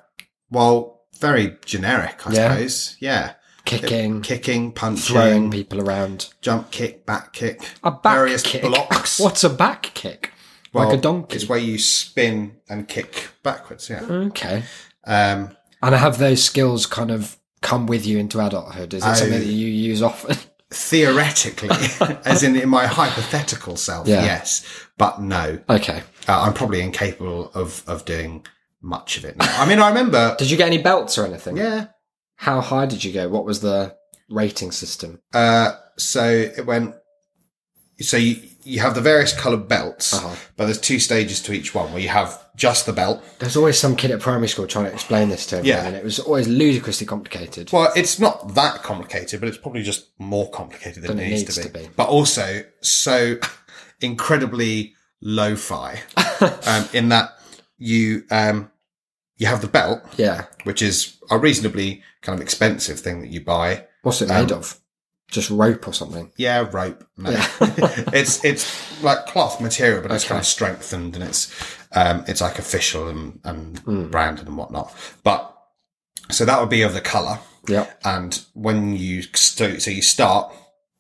C: well, very generic, I
D: Yeah.
C: suppose. Yeah,
D: Kicking,
C: kicking, punching,
D: throwing people around.
C: jump kick, back kick,
D: A back
C: various
D: kick?
C: blocks.
D: What's a back kick? like a donkey.
C: It's where you spin and kick backwards. Yeah.
D: Okay.
C: Um,
D: And have those skills kind of come with you into adulthood? Is it something that you use often?
C: theoretically, as in in my hypothetical self,
D: Yeah.
C: yes, but no,
D: okay.
C: uh, I'm probably incapable of of doing much of it. Now. I mean, I remember.
D: Did you get any belts or anything?
C: Yeah.
D: How high did you go? What was the rating system?
C: Uh, so it went. So you you have the various coloured belts,
D: Uh-huh.
C: but there's two stages to each one where you have just the belt.
D: There's always some kid at primary school trying to explain this to him,
C: Yeah.
D: and it was always ludicrously complicated.
C: Well, it's not that complicated, but it's probably just more complicated than,
D: Than
C: it,
D: it
C: needs,
D: needs
C: to, be.
D: to be.
C: But also so incredibly lo-fi um, in that you um, you have the belt,
D: Yeah.
C: which is a reasonably kind of expensive thing that you buy.
D: What's it made of? Just rope or something.
C: Yeah, rope. No. it's it's like cloth material, but it's kind of strengthened and it's um, it's like official and, and
D: Hmm.
C: branded and whatnot. But so that would be of the color.
D: Yep.
C: and when you st- so you start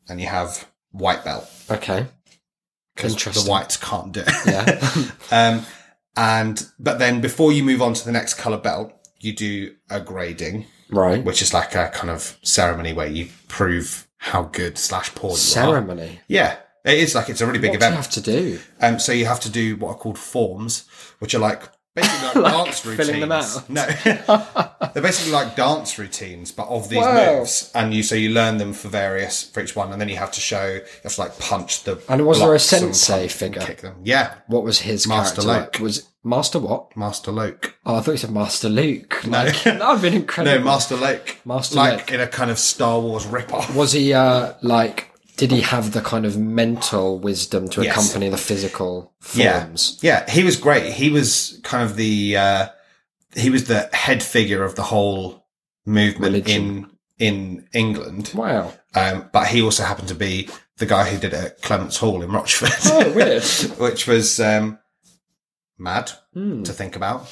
C: and you have white belt
D: Okay.
C: because
D: Interesting.
C: the whites can't do it.
D: Yeah.
C: um, and but then before you move on to the next color belt, you do a grading,
D: right.
C: which is like a kind of ceremony where you prove how good slash poor you are.
D: Ceremony.
C: Yeah, it is like it's a really big
D: What do you
C: event.
D: have to do?
C: Um, so you have to do what are called forms, which are like basically like, dance routines.
D: filling them out?
C: No, they're basically like dance routines, but of these
D: Wow.
C: moves, and you so you learn them for various for each one, and then you have to show you have to like punch the
D: And was there a
C: blocks and
D: sensei
C: punch and
D: figure?
C: Kick them. Yeah,
D: What was his
C: Master
D: character like?
C: Luke.
D: Was Master what?
C: Master Luke.
D: Oh, I thought you said Master Luke.
C: No.
D: Like, that would have been incredible.
C: No, Master Luke.
D: Master
C: like
D: Luke.
C: in a kind of Star Wars ripoff.
D: Was he uh, like? Did he have the kind of mental wisdom to
C: Yes.
D: accompany the physical
C: Yeah.
D: forms?
C: Yeah, he was great. He was kind of the uh, he was the head figure of the whole movement
D: Religion.
C: in in England.
D: Wow.
C: Um, but he also happened to be the guy who did it at Clements Hall in Rochford,
D: Oh, weird.
C: which was um, mad
D: Hmm.
C: to think about.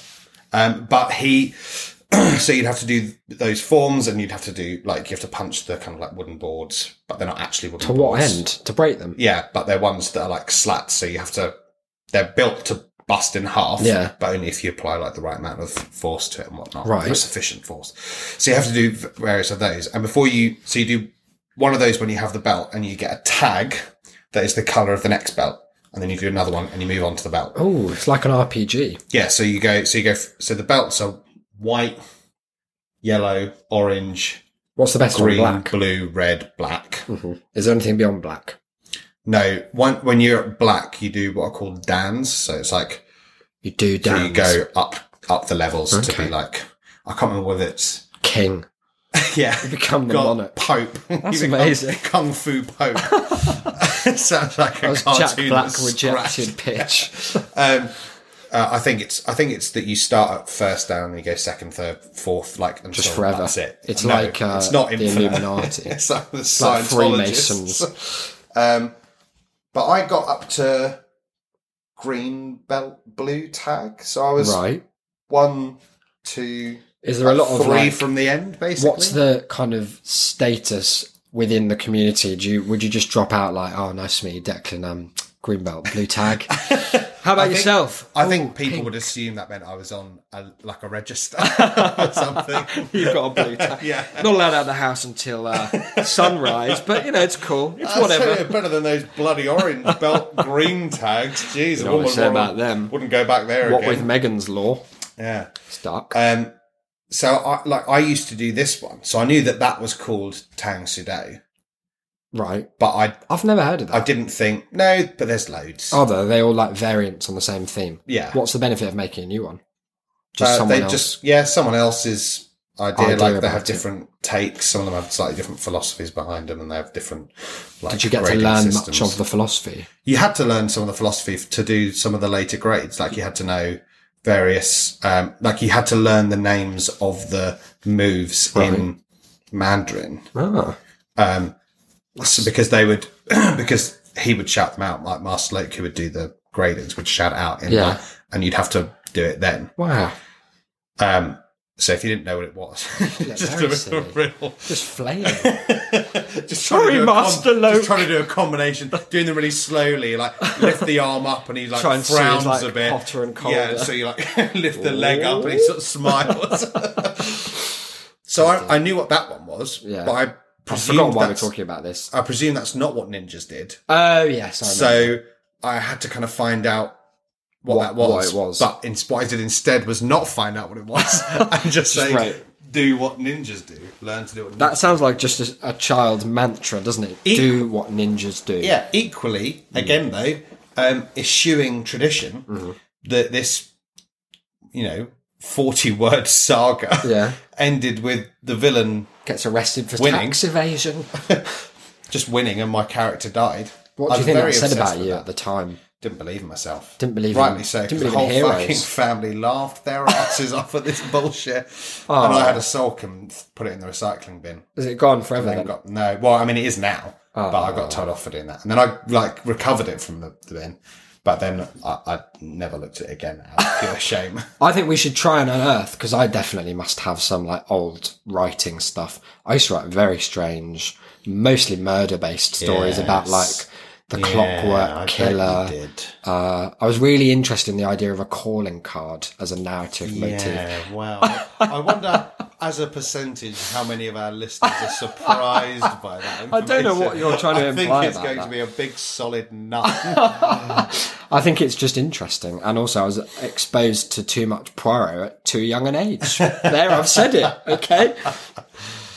C: Um, but he, so you'd have to do those forms and you'd have to do, like, you have to punch the kind of like wooden boards, but they're not actually wooden
D: to what
C: boards.
D: end? To break them?
C: Yeah, but they're ones that are like slats, so you have to, they're built to bust in half,
D: Yeah.
C: but only if you apply like the right amount of force to it and whatnot.
D: Right.
C: Or sufficient force. So you have to do v- various of those. And before you, so you do one of those when you have the belt and you get a tag that is the color of the next belt. And then you do another one and you move on to the belt.
D: Oh, it's like an RPG.
C: Yeah. So you go, so you go, f- so the belts are white, yellow, orange,
D: What's the best
C: green,
D: one? Black. Hmm.
C: blue, red, black.
D: Is there anything beyond black?
C: No, one, when you're at black, you do what are called dans. So it's like
D: You do
C: so
D: dance.
C: you go up up the levels to
D: Okay.
C: be like. I can't remember whether it's
D: King.
C: yeah,
D: become the
C: God,
D: monarch.
C: Pope. That's
D: amazing.
C: Kung Fu Pope. Sounds like a
D: That was Jack
C: cartoon.
D: Black
C: that's
D: rejected
C: scratched.
D: pitch.
C: Um, uh, I think it's I think it's that you start at first down and you go second, third, fourth, like until
D: Just forever.
C: That's it.
D: It's
C: No,
D: like uh,
C: it's not
D: the
C: infinite.
D: Illuminati.
C: it's like the
D: like
C: Scientologists.
D: Freemasons.
C: Um, but I got up to green belt, blue tag. So I was
D: right.
C: one, two,
D: Is there a lot of
C: three
D: like,
C: from the end, basically.
D: what's the kind of status within the community? Do you would you just drop out like, oh, nice to meet you, Declan, um, green belt, blue tag? How about yourself?
C: I think people would assume that meant I was on a, like a register or something.
D: You've got a blue tag.
C: Yeah.
D: Not allowed out of the house until uh, sunrise, but you know it's cool. It's
C: That's
D: whatever.
C: it, better than those bloody orange belt green tags. Jeez, I
D: know what
C: wouldn't-
D: they say about them.
C: Wouldn't go back there
D: What with
C: again.
D: Megan's law,
C: yeah.
D: it's dark.
C: Um, so I like I used to do this one, so I knew that that was called Tang Sudo,
D: right.
C: but I
D: I've never heard of that.
C: I didn't think no, but there's loads.
D: Although they all like variants on the same theme.
C: Yeah.
D: What's the benefit of making a new one? Just
C: Uh,
D: someone
C: they
D: else.
C: just yeah, someone else's idea.
D: Idea
C: like they
D: about
C: have
D: it.
C: different takes. Some of them have slightly different philosophies behind them, and they have different. Like,
D: Did you get to
C: grading
D: learn
C: systems.
D: much of the philosophy?
C: You had to learn some of the philosophy f- to do some of the later grades. Like you had to know various. Um, like you had to learn the names of the moves in Mandarin.
D: Ah,
C: Um, so because they would, because he would shout them out. Like Master Luke, who would do the gradings, would shout out in
D: Yeah.
C: there, and you'd have to do it then.
D: wow.
C: Um, so if you didn't know what it was, just
D: very
C: a, a
D: silly.
C: real,
D: Just flaming.
C: just trying
D: Sorry,
C: to do a com-
D: Master Luke.
C: just trying to do a combination, doing them really slowly, like lift the arm up and he like
D: Try and see it's,
C: frowns
D: like,
C: a bit,
D: hotter and
C: Yeah,
D: colder.
C: so you like lift the leg up and he sort of smiles. so I, I knew what that one was,
D: Yeah.
C: but I
D: I
C: presume
D: forgot why we're
C: that's-
D: talking about this.
C: I presume that's not what ninjas did.
D: Oh yes, I remember.
C: So I had to kind of find out what,
D: What-
C: that was.
D: what it was.
C: But in, what I did instead was not find out what it was and just say,
D: right.
C: do what ninjas do. Learn to do what ninjas
D: that sounds like just a, a child's mantra, doesn't it?
C: It-
D: do what ninjas do.
C: Yeah, equally,
D: Hmm.
C: again, though, um, eschewing tradition,
D: Mm-hmm.
C: that this, you know, 40 word saga
D: Yeah.
C: ended with the villain
D: Gets arrested for
C: Winning.
D: tax evasion.
C: just winning and my character died.
D: What
C: I
D: do you
C: was
D: think
C: very
D: that said
C: obsessed
D: about
C: with
D: you
C: that.
D: at the time?
C: Didn't believe in myself.
D: Didn't believe in-
C: Rightly so.
D: didn't
C: 'cause
D: believe
C: the
D: in
C: whole
D: heroes.
C: fucking family laughed their asses off at this bullshit, and I had
D: Oh.
C: a sulk and put it in the recycling bin.
D: Is it gone forever?
C: I
D: Then? Oh.
C: got no. Well, I mean, it is now, but I got told off for doing that, and then I like recovered it from the, the bin. But then I, I never looked at it again out of pure shame.
D: I think we should try and unearth because I definitely must have some like old writing stuff. I used to write very strange, mostly murder-based stories about like
C: Yes.
D: the
C: Yeah, I
D: clockwork
C: bet
D: killer.
C: you did.
D: Uh, I was really interested in the idea of a calling card as a narrative motif.
C: Yeah, wow. I wonder, as a percentage, how many of our listeners are surprised by that.
D: I don't know
C: information.
D: what you're trying to
C: I think
D: imply
C: it's
D: about
C: going
D: that.
C: to be a big solid nine.
D: I think it's just interesting, and also I was exposed to too much Poirot at too young an age. there, I've said it. Okay,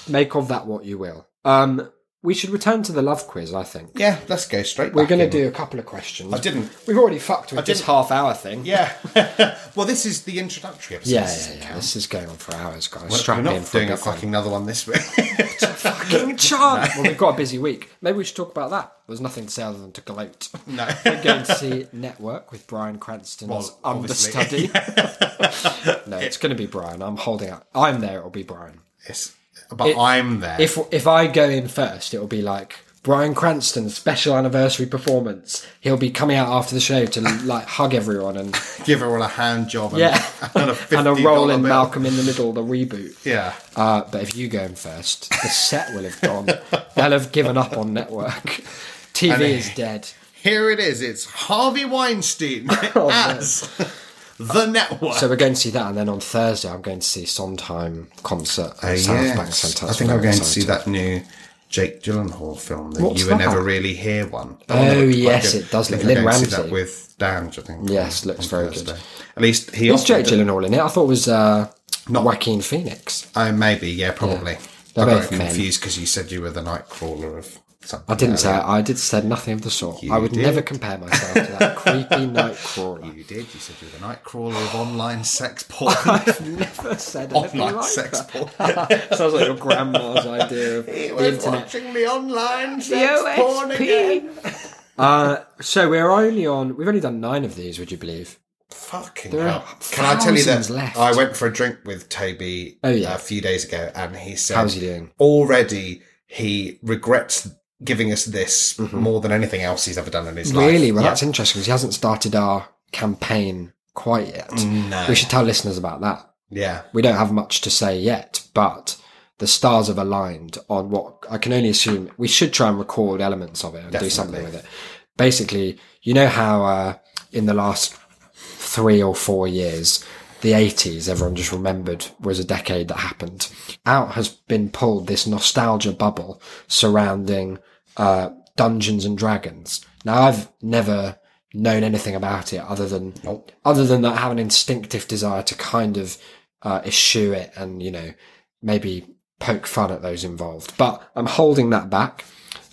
D: make of that what you will. Um, we should return to the love quiz. I think
C: Yeah, let's go straight.
D: we're
C: back
D: going to
C: in.
D: do a couple of questions.
C: I didn't.
D: We've already fucked with this
C: didn't-
D: half hour thing.
C: Yeah. well, this is the introductory episode.
D: Yeah, yeah, yeah. This is going on for hours, guys. Strap
C: We're
D: in
C: not
D: for
C: doing
D: a
C: a
D: bit longer.
C: fucking another one this week.
D: fucking chance. well, we've got a busy week. Maybe we should talk about that. There's nothing to say other than to gloat.
C: no.
D: We're going to see Network with Brian Cranston's
C: Well, obviously.
D: understudy. no, it's going to be Brian. I'm holding out. I'm there. It'll be Brian.
C: It's- but I'm there.
D: If if I go in first, it'll be like Brian Cranston's special anniversary performance. He'll be coming out after the show to like hug everyone and
C: Give her all a hand job and,
D: yeah,
C: and a
D: and a role in
C: bill.
D: Malcolm in the Middle, the reboot.
C: Yeah.
D: Uh, but if you go in first, the set will have gone. They'll have given up on Network. TV
C: And-
D: is dead.
C: Here it is. It's Harvey Weinstein as the network.
D: Oh, So we're going to see that, and then on Thursday I'm going to see Sondheim concert at
C: Uh,
D: South
C: yes.
D: Bank Centre.
C: I
D: That's
C: think I'm
D: very
C: going to
D: exciting.
C: see that new Jake Gyllenhaal film, the
D: What's
C: You Were
D: that?
C: Never Really Here one. That
D: Oh,
C: one looked quite
D: yes,
C: good.
D: it does
C: I think
D: look-
C: I'm
D: Lin
C: going to see
D: Ramsey.
C: that with Dan, I think.
D: Yes,
C: on-
D: looks
C: on
D: very good.
C: Thursday. At least he
D: Is
C: offered
D: Jake
C: it.
D: Gyllenhaal in it? I thought it was uh,
C: Not-
D: Joaquin Phoenix.
C: Oh, maybe. Yeah, probably.
D: They're
C: I got
D: both men.
C: confused because you said you were the Nightcrawler of something.
D: I didn't say
C: earlier.
D: I did said nothing of the sort.
C: You
D: I would
C: did.
D: never compare myself to that creepy night crawler.
C: You did. You said you were the nightcrawler of online sex porn.
D: never said anything
C: online
D: like
C: sex
D: that.
C: porn.
D: Sounds like your grandma's idea of
C: He
D: the
C: was
D: internet.
C: watching me online sex porn again.
D: OSP. Uh, so we're only on. We've only done nine of these. Would you believe?
C: Fucking
D: There
C: hell.
D: are
C: Can I tell you that
D: thousands left.
C: I went for a drink with Toby uh,
D: Oh, yeah.
C: a few days ago and he said
D: How's he doing?
C: already he regrets giving us this more than anything else he's ever done in his life.
D: Mm-hmm. Really? Well,
C: Yeah.
D: that's interesting because he hasn't started our campaign quite yet.
C: No.
D: We should tell listeners about that.
C: Yeah.
D: We don't have much to say yet, but the stars have aligned on what I can only assume we should try and record elements of it and do something with it. Basically, you know how uh, in the last three or four years, the 80s, everyone just remembered was a decade that happened. Out has been pulled this nostalgia bubble surrounding uh, Dungeons and Dragons. Now, I've never known anything about it other than other than that I have an instinctive desire to kind of uh, eschew it and you know maybe poke fun at those involved. But I'm holding that back.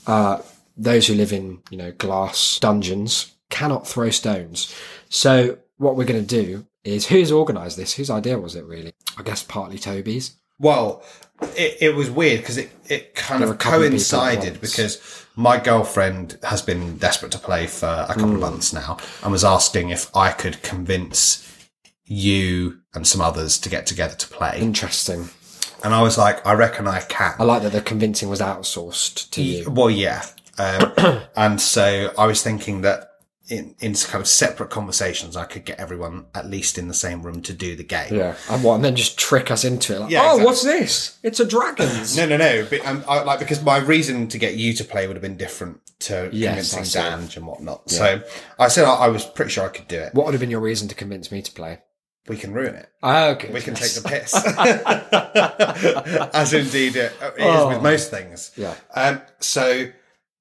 D: Uh, those who live in you know glass dungeons cannot throw stones. So what we're going to do is who's organised this? Whose idea was it really? I guess partly Toby's.
C: Well, it, it was weird because it, it kind
D: There were
C: of
D: a couple of people
C: coincided
D: at once.
C: because my girlfriend has been desperate to play for a couple
D: Mm.
C: of months now and was asking if I could convince you and some others to get together to
D: Mm.
C: play.
D: Interesting.
C: And I was like, I reckon I can.
D: I like that the convincing was outsourced to you.
C: Well, yeah. Um, and so I was thinking that in, in kind of separate conversations, I could get everyone at least in the same room to do the game.
D: Yeah, and what? And then just trick us into it. Like,
C: Yeah,
D: oh,
C: exactly.
D: what's this? It's a dragon's.
C: No, no, no. But, um, I, like because my reason to get you to play would have been different to
D: Yes, I see.
C: convincing Dan and whatnot. So I said I, I was pretty sure I could do it.
D: What would have been your reason to convince me to play?
C: We can ruin it.
D: Oh, okay.
C: We can
D: yes.
C: take the piss, as indeed it, it is with most things.
D: Oh. Yeah.
C: Um, so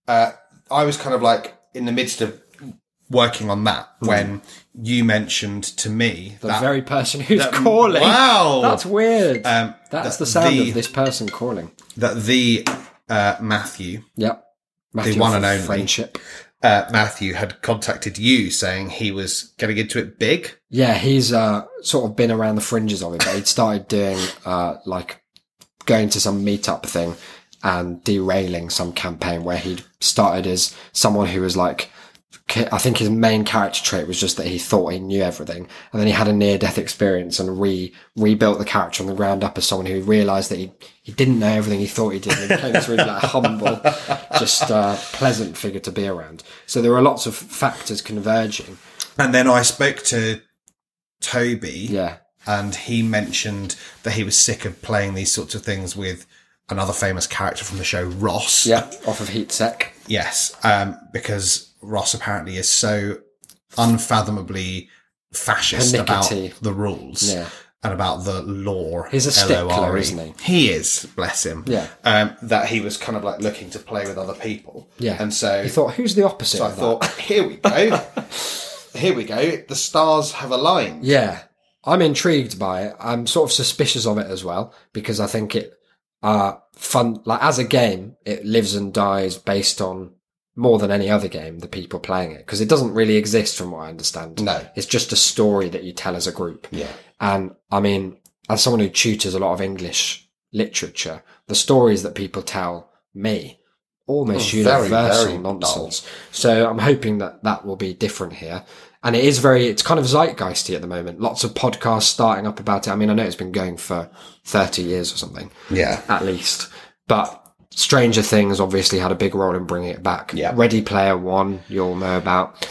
C: uh, I was kind of like in the midst of working on that when you mentioned to me
D: Mm. the
C: that
D: very person who's calling.
C: Wow,
D: That's weird.
C: um,
D: That's
C: that
D: the sound
C: the-
D: of this person calling.
C: that the uh, Matthew
D: Yep. Matthew
C: one
D: for
C: and only.
D: Friendship.
C: uh, Matthew had contacted you saying he was getting into it big.
D: Yeah, he's uh, sort of been around the fringes of it, but he'd started doing uh, like going to some meetup thing and derailing some campaign where he'd started as someone who was like, I think his main character trait was just that he thought he knew everything, and then he had a near death experience and re rebuilt the character on the ground up as someone who realised that he he didn't know everything he thought he did. And he became this really like humble, just uh, pleasant figure to be around. So there were lots of factors converging.
C: And then I spoke to Toby,
D: Yeah.
C: and he mentioned that he was sick of playing these sorts of things with another famous character from the show, Ross.
D: Yeah, off of HeatSec.
C: Yes, um, because Ross apparently is so unfathomably fascist
D: Pernickety.
C: about the rules
D: Yeah.
C: and about the law.
D: He's a stickler,
C: LORE.
D: isn't
C: E. He is, bless him.
D: Yeah.
C: Um, that he was kind of like looking to play with other people.
D: Yeah.
C: And so
D: He thought, who's the opposite?
C: So I
D: of that?
C: thought, here we go. here we go. The stars have aligned.
D: Yeah, I'm intrigued by it. I'm sort of suspicious of it as well because I think it uh fun like as a game it lives and dies based on more than any other game the people playing it because it doesn't really exist from what I understand.
C: No.
D: it's just a story that you tell as a group.
C: Yeah.
D: And I mean, as someone who tutors a lot of English literature, the stories that people tell me almost
C: Oh, very,
D: universal
C: very
D: nonsense. So I'm hoping that that will be different here. And it is very, it's kind of zeitgeisty at the moment. Lots of podcasts starting up about it. I mean, I know it's been going for 30 years or something
C: Yeah.
D: at least. But Stranger Things obviously had a big role in bringing it back.
C: Yeah.
D: Ready Player One, you'll know about.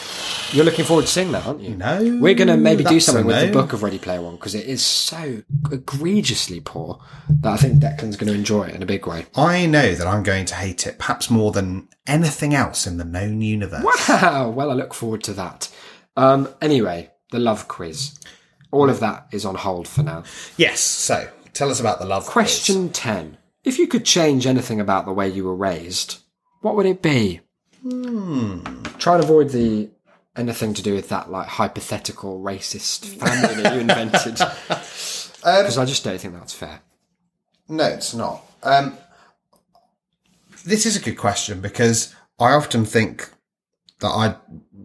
D: You're looking forward to seeing that, aren't you?
C: No,
D: We're going to maybe do
C: that's
D: something
C: a
D: with the
C: no.
D: book of Ready Player One because it is so egregiously poor that I think Declan's going to enjoy it in a big way.
C: I know that I'm going to hate it perhaps more than anything else in the known universe.
D: Wow. Well, I look forward to that. Um, anyway, the love quiz. All of that is on hold for now.
C: Yes. So tell us about the love quiz.
D: Question 10. If you could change anything about the way you were raised, what would it be?
C: Hmm.
D: Try and avoid the anything to do with that like hypothetical racist family that you invented.
C: Um,
D: Because I just don't think that's fair.
C: No, it's not. Um, this is a good question because I often think that I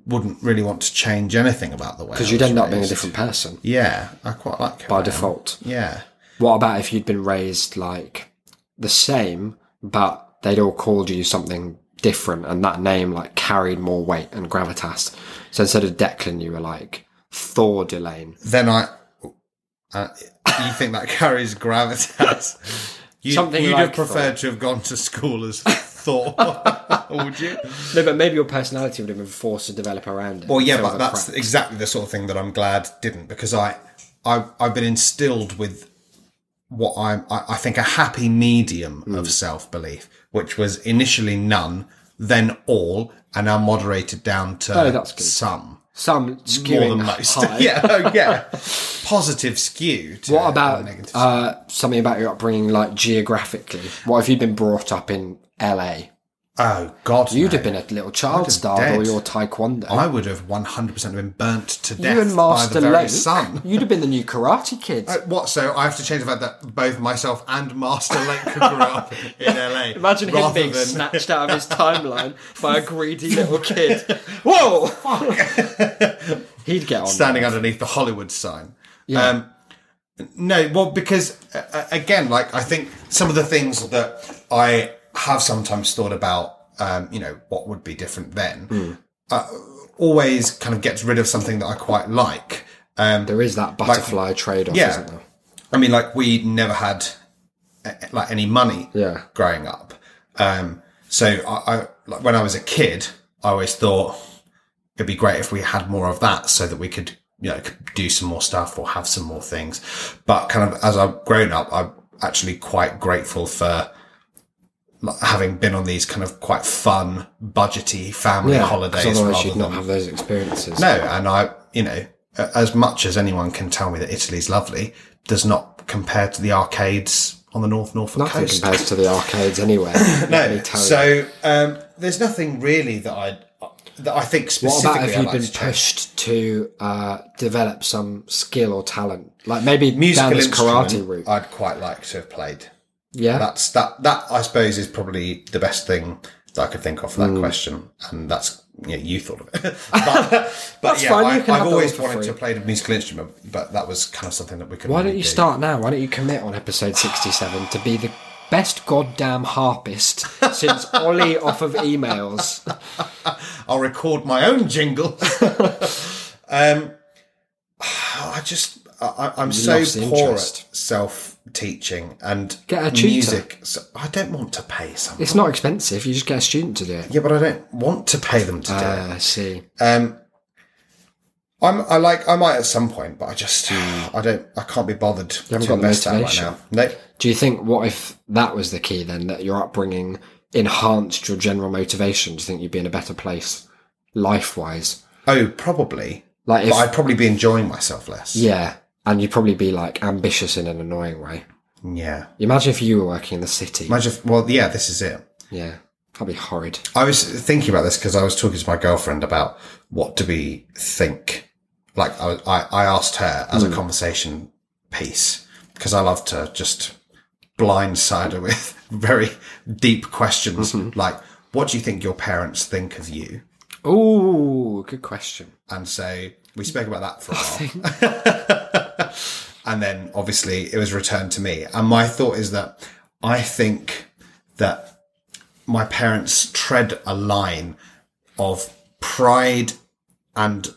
C: wouldn't really want to change anything about the way
D: Because
C: I
D: you'd
C: was
D: end up being a
C: raised.
D: different person
C: Yeah, I quite like
D: by
C: her.
D: default.
C: Yeah,
D: What about if you'd been raised like the same, but they'd all called you something different and that name like carried more weight and gravitas? So instead of Declan, you were like Thor Delane.
C: then I. Uh, you think that carries gravitas? You,
D: Something
C: you'd
D: like
C: have preferred to have gone to school as Thor, would you?
D: No, but maybe your personality would have been forced to develop around it.
C: Well, yeah, but that's exactly the sort of thing that I'm glad didn't because I, I, I've been instilled with what I'm, I, I think, a happy medium
D: Hmm.
C: of self belief, which was initially none, then all, and now moderated down to
D: Oh, that's good.
C: some
D: some
C: e- more
D: skewing
C: than most.
D: high.
C: yeah, oh, yeah. Positive skew. To
D: What about
C: negative?
D: uh, something about your upbringing, like geographically? What if you'd been brought up in LA?
C: oh God,
D: You'd
C: no.
D: have been a little child star
C: dead.
D: or your taekwondo.
C: I would have 100% been burnt to death
D: you and
C: by
D: Master
C: the very
D: Lake,
C: sun. Oh,
D: you'd have been the new Karate Kids.
C: What? So I have to change the fact that both myself and Master Lake grew up in LA.
D: Imagine him
C: rather
D: being
C: than-
D: snatched out of his timeline by a greedy little kid. Whoa! He'd get on.
C: standing underneath the Hollywood sign.
D: Yeah.
C: Um, no, well, because uh, uh, again, like I think some of the things that I have sometimes thought about, um, you know, what would be different then, uh, always kind of gets rid of something that I quite like. Um,
D: there is that butterfly trade-off,
C: Yeah.
D: isn't there?
C: I mean, like we never had uh, like any money
D: Yeah.
C: growing up. Um, so I, I like when I was a kid, I always thought it'd be great if we had more of that so that we could, you know, could do some more stuff or have some more things. But kind of as I've grown up, I'm actually quite grateful for like, having been on these kind of quite fun budgety family
D: Yeah, 'cause
C: holidays
D: otherwise
C: rather
D: you'd
C: than
D: not have those experiences.
C: no, and I, you know, a- as much as anyone can tell me that Italy's lovely, does not compare to the arcades on the North Norfolk
D: Nothing
C: coast.
D: compares to the arcades anyway. Let me
C: no,
D: tell you.
C: so um, there's nothing really that I that I think
D: What
C: specifically.
D: about if
C: I'd
D: you'd
C: like
D: been
C: to change.
D: pushed to uh, develop some skill or talent? Like maybe down
C: musical
D: this karate
C: instrument,
D: route.
C: I'd quite like to have played.
D: yeah.
C: That's that. That I suppose is probably the best thing that I could think of for that
D: Hmm.
C: question, and that's yeah, you thought of it. but but yeah,
D: fine,
C: I,
D: you can have
C: I've
D: that one
C: always
D: for
C: wanted
D: free.
C: to have played a musical instrument, but that was kind of something that we could.
D: Why don't you start now? Why don't you commit on episode 67 to be the best goddamn harpist since Ollie off of emails?
C: I'll record my own jingle. um, I just, I, I'm so
D: Lost the
C: poor
D: interest.
C: at self teaching and
D: Get a tutor.
C: music. So I don't want to pay someone.
D: It's not expensive. You just get a student to do it.
C: Yeah, but I don't want to pay them to do it.
D: Uh, I see.
C: Um, I'm, I like, I might at some point, but I just, I don't, I can't be bothered. You
D: haven't got the motivation.
C: right now. No,
D: Do you think what if that was the key then that your upbringing enhanced your general motivation? Do you think you'd be in a better place life wise?
C: oh, probably,
D: Like if
C: but I'd probably be enjoying myself less.
D: yeah, and you'd probably be like ambitious in an annoying way.
C: yeah.
D: Imagine if you were working in the city.
C: Imagine, if, well, yeah, this is it.
D: yeah, that'd be horrid.
C: I was thinking about this because I was talking to my girlfriend about what do we think. Like I, I, I asked her as a conversation piece because I love to just blindside her with very deep questions like, what do you think your parents think of you?
D: Ooh, good question.
C: And so we spoke about that for a while. and then obviously it was returned to me. And my thought is that I think that my parents tread a line of pride and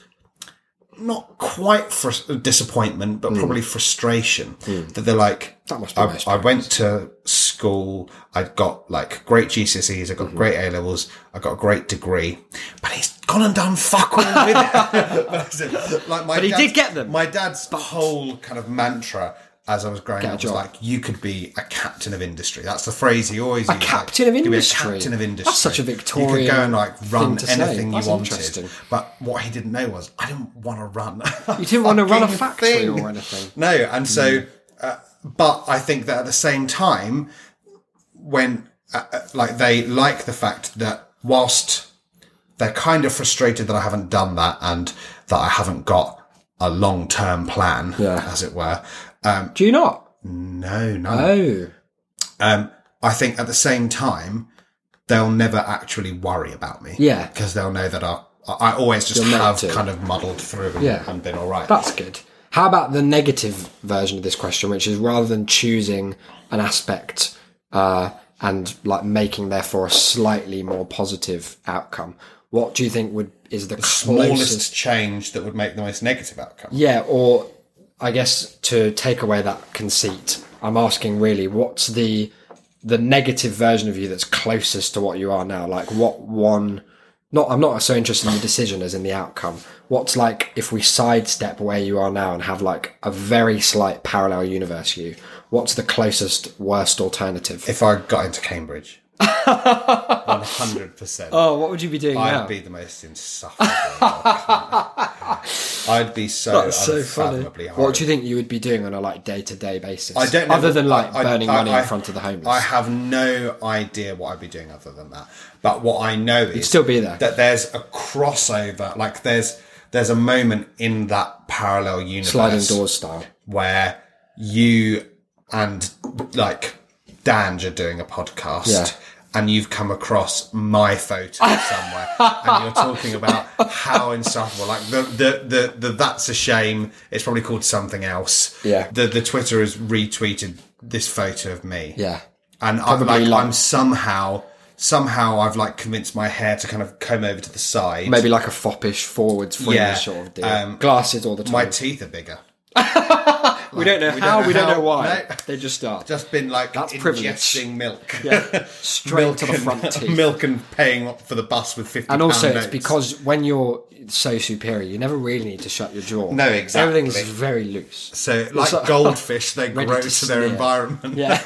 C: not quite frus- disappointment, but probably frustration that they're like,
D: Hmm. That must be
C: I,
D: most
C: I went to school. I got like great GCSEs. I got
D: Hmm.
C: great A levels. I got a great degree, but he's gone and done fuck all with it. But I said, like my
D: But he
C: dad's-
D: did get them.
C: My dad's whole kind of mantra as I was growing up was
D: job.
C: like, "You could be a captain of industry." That's the phrase he always a
D: captain of
C: Be
D: industry.
C: a captain of
D: That's
C: industry.
D: such a
C: You could go
D: Victorian
C: and like run
D: thing to say.
C: anything you
D: That's
C: wanted.
D: interesting.
C: But what he didn't know was, I didn't want to run.
D: You didn't want to run a
C: fucking
D: factory
C: thing.
D: or anything.
C: No, and so,
D: Hmm.
C: uh, but I think that at the same time, when uh, uh, like they like the fact that whilst they're kind of frustrated that I haven't done that and that I haven't got a long term plan,
D: Yeah.
C: as it were.
D: Do you not?
C: No, no.
D: Oh,
C: Um, I think at the same time, they'll never actually worry about me.
D: Yeah.
C: Because they'll know that I, I always just
D: You're meant
C: have
D: to.
C: kind of muddled through and,
D: Yeah.
C: and been all right.
D: That's good. How about the negative version of this question, which is rather than choosing an aspect uh, and like making therefore a slightly more positive outcome, what do you think would is the, closest?
C: smallest change that would make the most negative outcome.
D: Yeah, or I guess to take away that conceit, I'm asking really, what's the the negative version of you that's closest to what you are now? Like, what one? Not, I'm not so interested in the decision as in the outcome. What's like if we sidestep where you are now and have like a very slight parallel universe you? What's the closest worst alternative?
C: If I got into Cambridge, 100%.
D: oh, what would you be doing
C: I'd
D: now?
C: be the most insufferable. I'd be so unfathomably horrible.
D: What do you think you would be doing on a like day to day basis?
C: I don't know
D: Other than like
C: I- I-
D: burning
C: I-
D: money
C: I-
D: in front of the homeless.
C: I have no idea what I'd be doing other than that. But what I know is
D: still be there.
C: That there's a crossover. Like there's there's a moment in that parallel universe
D: Sliding doors style.
C: where you and like Dange are doing a podcast
D: Yeah.
C: and you've come across my photo somewhere and you're talking about how insufferable like the, the the the that's a shame it's probably called something else
D: Yeah.
C: the the twitter has retweeted this photo of me
D: Yeah.
C: and I'm like,
D: like-
C: I'm somehow somehow I've like convinced my hair to kind of comb over to the side
D: Maybe like a foppish forwards fringe
C: Yeah,
D: sort of deal.
C: um,
D: Glasses all the time.
C: my teeth are bigger
D: we don't know
C: we
D: how,
C: don't know
D: we don't
C: how,
D: know why.
C: no.
D: They just are.
C: just been like
D: That's
C: ingesting
D: privilege.
C: milk
D: straight to the front teeth.
C: milk and paying for the bus with 50
D: and also,
C: pound
D: it's
C: notes.
D: because when you're so superior, you never really need to shut your jaw.
C: No, exactly.
D: Everything's very loose.
C: so like goldfish they grow
D: to
C: to, their
D: sneer.
C: environment
D: Yeah.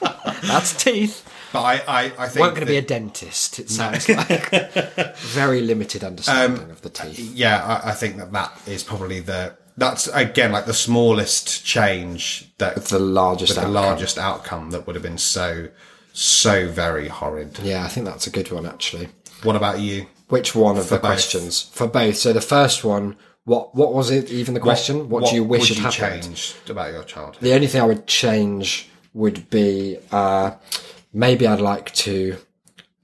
D: That's teeth.
C: but I, I, I think
D: Weren't going to
C: that-
D: be a dentist, it sounds like. very limited understanding of the teeth.
C: yeah I, I think that that is probably the that's again like the smallest change that
D: The largest
C: the
D: outcome.
C: largest outcome that would have been so so very horrid
D: Yeah, I think that's a good one, actually.
C: what about you
D: Which one of the
C: both.
D: questions? For both. So the first one, what what was it even the question? What, do you wish
C: would
D: had
C: you
D: happened?
C: changed about your childhood
D: The only thing I would change would be uh, maybe I'd like to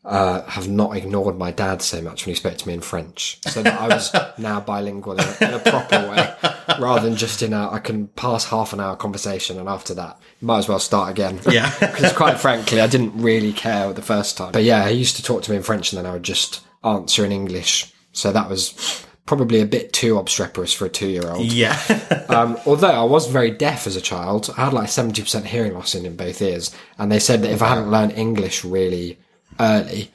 D: uh, have not ignored my dad so much when he spoke to me in French, so that I was now bilingual in a, in a proper way, rather than just in a I can pass half an hour conversation and after that might as well start again.
C: Yeah.
D: because quite frankly I didn't really care the first time. But yeah, he used to talk to me in French and then I would just answer in English, so that was probably a bit too obstreperous for a two-year-old.
C: yeah
D: Um, although I was very deaf as a child, I had like 70% hearing loss in, in both ears. And they said that if I hadn't learned English really early,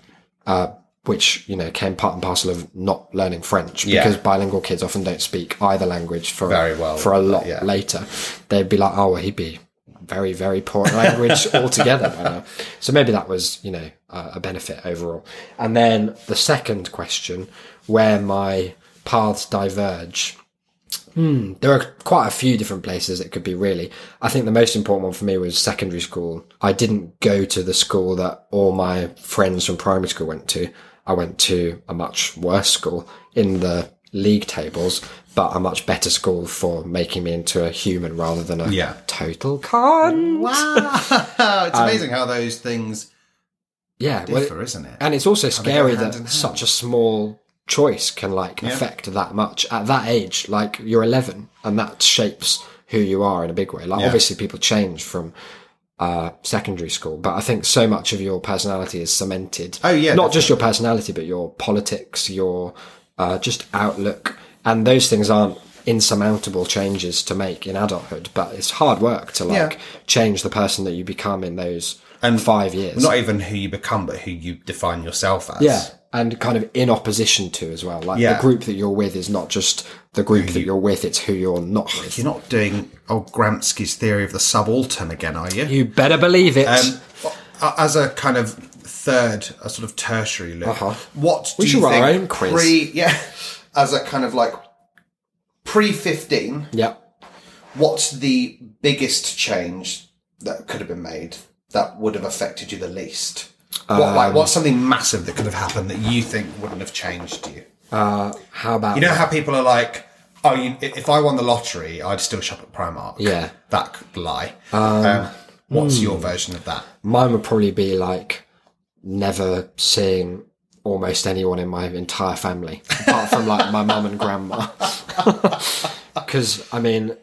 D: uh, which, you know, came part and parcel of not learning French
C: Yeah.
D: because bilingual kids often don't speak either language for,
C: Very well,
D: for a lot
C: yeah.
D: later. They'd be like, oh, well, he'd be very, very poor at language altogether by now. So maybe that was, you know, uh, a benefit overall. And then the second question, where my paths diverge there are quite a few different places it could be really. I think the most important one for me was secondary school. I didn't go to the school that all my friends from primary school went to. I went to a much worse school in the league tables, but a much better school for making me into a human rather than a
C: Yeah.
D: total con.
C: wow it's amazing how those things
D: Yeah, Um, well,
C: differ isn't it
D: and it's also scary
C: go hand
D: that
C: in hand?
D: such a small choice can like affect that much at that age like you're 11 and that shapes who you are in a big way like obviously people change from uh secondary school but i think so much of your personality is cemented
C: Oh, yeah,
D: not just your personality but your politics your uh just outlook and those things aren't insurmountable changes to make in adulthood but it's hard work to like
C: Yeah.
D: change the person that you become in those
C: And
D: five years
C: not even who you become, but who you define yourself as.
D: yeah, and kind of in opposition to as well. Like
C: Yeah.
D: the group that you're with is not just the group that you're with; it's who you're not with.
C: You're not doing old Gramsci's theory of the subaltern again, are you?
D: You better believe it.
C: Um, a- as a kind of third, a sort of tertiary look,
D: Uh-huh.
C: what do
D: We
C: you
D: should write
C: think
D: our own quiz.
C: pre? Yeah, as a kind of like pre fifteen.
D: yeah,
C: What's the biggest change that could have been made that would have affected you the least? what,
D: Um,
C: like, what's something massive that could have happened that you think wouldn't have changed you?
D: how about
C: You know how people are like, oh, you, if I won the lottery, I'd still shop at Primark.
D: Yeah.
C: that could lie. Um, what's your version of that?
D: mine would probably be like never seeing almost anyone in my entire family, apart from like my mum and grandma. Because, I mean,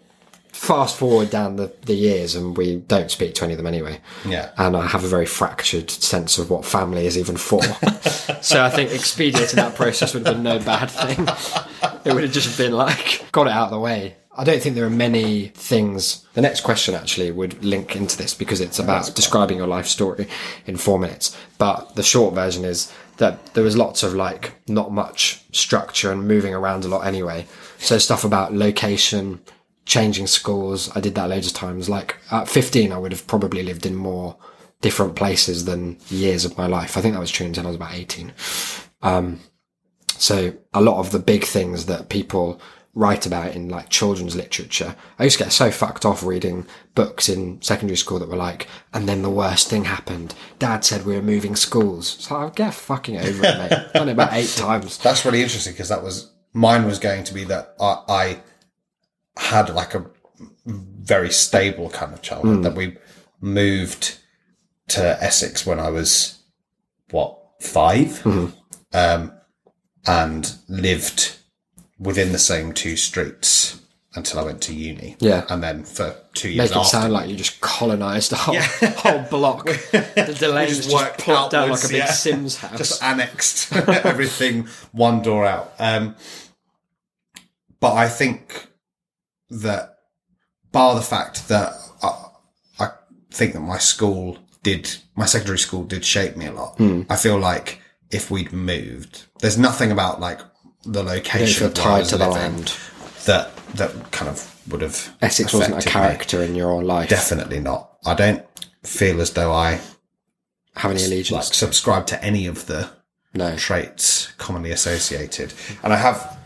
D: fast forward down the, the years and we don't speak to any of them anyway.
C: Yeah.
D: And I have a very fractured sense of what family is even for. so I think expediting that process would have been no bad thing. It would have just been like, got it out of the way. I don't think there are many things. The next question actually would link into this because it's about describing your life story in four minutes. But the short version is that there was lots of like not much structure and moving around a lot anyway. So stuff about location, changing schools. I did that loads of times. Like at 15, I would have probably lived in more different places than years of my life. I think that was true until I was about 18. Um, so a lot of the big things that people write about in like children's literature, I used to get so fucked off reading books in secondary school that were like, and then the worst thing happened. Dad said we were moving schools. So I'll get fucking over it, mate. I've done it about eight times.
C: That's really interesting because that was mine was going to be that I, I had like a very stable kind of
D: Hmm.
C: childhood that we moved to Essex when I was what 5
D: Hmm.
C: um, and lived within the same two streets until I went to uni.
D: Yeah.
C: and then for two years
D: Make it
C: after
D: sound like you just colonised a whole, whole block. The Delane's just,
C: worked
D: plopped down like a
C: outwards,
D: big
C: yeah.
D: Sims house.
C: just annexed everything one door out. Um, but I think that, bar the fact that I, I think that my school did, my secondary school did shape me a lot.
D: Hmm.
C: I feel like if we'd moved, there's nothing about like the location
D: feel
C: of where I
D: tied
C: was
D: to the
C: living
D: land.
C: that that kind of would have
D: Essex wasn't a
C: affected me.
D: character in your life.
C: Definitely not. I don't feel as though I
D: Have any
C: like
D: allegiance?
C: subscribe to any of the
D: no.
C: traits commonly associated, and I have.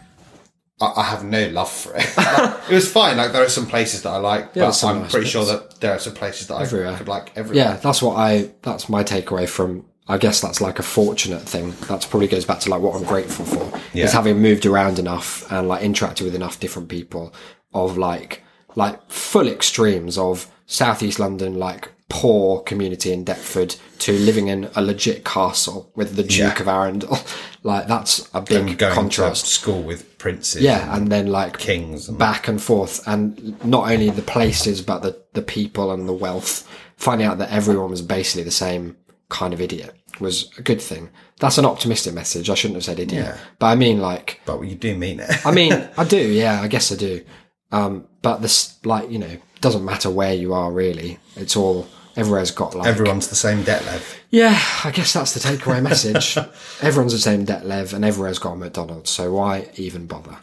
C: I I have no love for it. Like, it was fine. Like there are some places that I like,
D: there's
C: but
D: some
C: I'm
D: nice
C: pretty
D: bits.
C: sure that there are some places that
D: Everywhere.
C: I could like everywhere.
D: Yeah, that's what I. That's my takeaway from. I guess that's like a fortunate thing. That's probably goes back to like what I'm grateful for
C: Yeah.
D: is having moved around enough and like interacted with enough different people of like like full extremes of southeast London like poor community in Deptford to living in a legit castle with the Duke of Arundel. Like that's a big
C: and going
D: contrast.
C: to school with princes.
D: Yeah, and then like
C: Kings and-
D: back and forth, and not only the places but the the people and the wealth. Finding out that everyone was basically the same kind of idiot was a good thing. That's an optimistic message. I shouldn't have said idiot, but I mean like
C: but you do mean it.
D: I mean I do. Yeah, I guess I do. Um, but this like you know doesn't matter where you are really. It's all everywhere's got like
C: Everyone's the same debt level.
D: yeah, I guess that's the takeaway message. Everyone's the same debt lev and everywhere's got a McDonald's, so why even bother?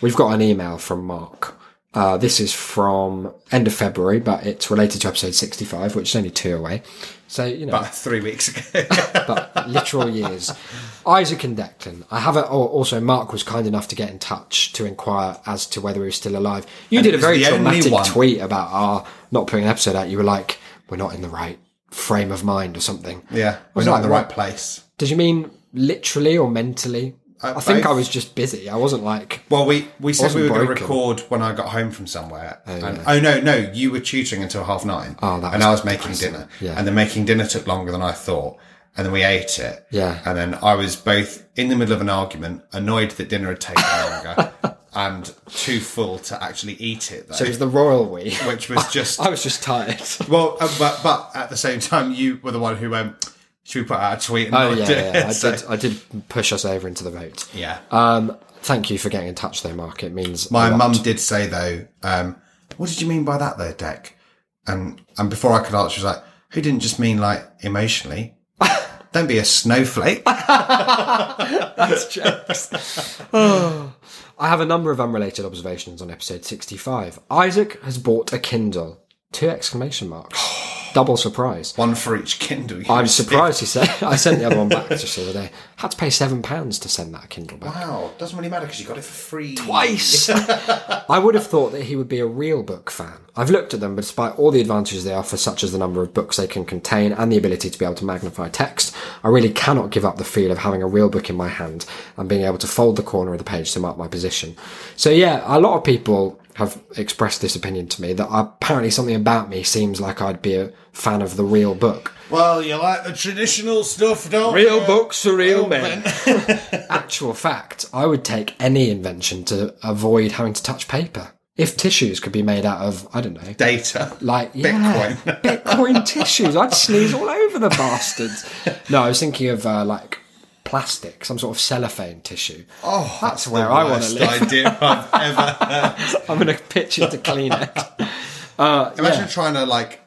D: We've got an email from Mark. Uh, this is from end of February, but it's related to episode 65, which is only two away. So, you know,
C: Three weeks ago,
D: but literal years. Isaac and Declan. I have a, oh, also, Mark was kind enough to get in touch to inquire as to whether he was still alive. You did a
C: it was
D: very
C: the only
D: traumatic
C: one.
D: tweet about our not putting an episode out. You were like, we're not in the right frame of mind or something.
C: yeah, we're
D: Was
C: not
D: that
C: in the
D: right?
C: right place.
D: Did you mean literally or mentally? I think
C: both.
D: I was just busy. I wasn't like
C: Well, we we said
D: Wasn't
C: we were going to
D: broken.
C: record when I got home from somewhere. and, Oh no, no, you were tutoring until half nine.
D: Oh, that
C: and
D: was
C: I was making dinner.
D: Yeah.
C: And the making dinner took longer than I thought. And then we ate it.
D: Yeah.
C: And then I was both in the middle of an argument, annoyed that dinner had taken longer, and too full to actually eat it. Though,
D: it was the royal we.
C: which was just
D: I was just tired.
C: well, uh, but but at the same time, you were the one who went. Should we put out a tweet? And
D: Oh
C: not
D: yeah,
C: do
D: yeah.
C: it?"
D: I
C: So-
D: did. I did push us over into the vote.
C: Yeah.
D: Um, thank you for getting in touch, though, Mark. It means a
C: My
D: lot.
C: mum did say though, um, what did you mean by that though, Deck? And and before I could answer, she was like, who didn't just mean like emotionally? Don't be a snowflake.
D: I have a number of unrelated observations on episode 65. Isaac has bought a Kindle. Two exclamation marks. Double surprise.
C: One for each Kindle. you
D: I'm
C: stiff-
D: surprised he said. I sent the other one back just the other day. Had to pay seven pounds to send that Kindle back.
C: Wow, doesn't really matter because you got it for free.
D: twice. I would have thought that he would be a real book fan. I've looked at them, but despite all the advantages they offer, such as the number of books they can contain and the ability to be able to magnify text, I really cannot give up the feel of having a real book in my hand and being able to fold the corner of the page to mark my position. So yeah, a lot of people have expressed this opinion to me that apparently something about me seems like I'd be a fan of the real book.
C: Well, you like the traditional stuff, don't
D: Real
C: you?
D: books are real men. Actual fact, I would take any invention to avoid having to touch paper. If tissues could be made out of, I don't know,
C: Data.
D: like yeah, Bitcoin tissues. I'd sneeze all over the bastards. No, I was thinking of uh, like plastic, some sort of cellophane tissue. Oh, that's, where I want to
C: Worst
D: live.
C: idea I've ever
D: I'm gonna pitch it to Kleenex.
C: Imagine trying to like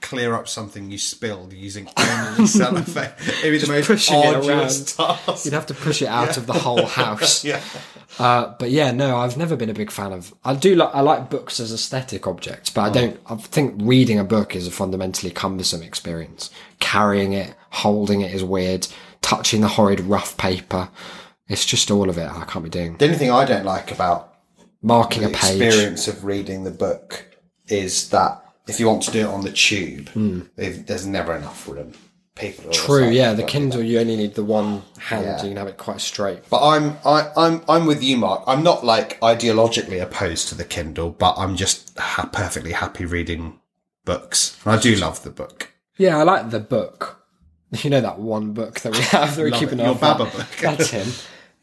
C: clear up something you spilled using only cellophane. It'd be the most
D: pushing it
C: arduous task.
D: You'd have to push it out of the whole house.
C: Yeah.
D: Uh, but yeah, no, I've never been a big fan of. I do like I like books as aesthetic objects,
C: Hmm.
D: but I don't. I think reading a book is a fundamentally cumbersome experience. Carrying it, holding it is weird. Touching the horrid rough paper, it's just all of it. I can't be doing.
C: The only thing I don't like about
D: Marking a page.
C: experience of reading the book is that if you want to do it on the tube, if- there's never enough room. People are
D: Hmm. True,
C: always
D: yeah.
C: like-
D: The Kindle, you only need the one hand.
C: Yeah.
D: You can have it quite straight.
C: But I'm I, I'm I'm with you, Mark. I'm not like ideologically opposed to the Kindle, but I'm just ha- perfectly happy reading books. And I do love the book.
D: Yeah, I like the book. You know that one book that we have that we
C: Love
D: keep
C: it.
D: an eye
C: Your
D: on.
C: Baba book.
D: That's him.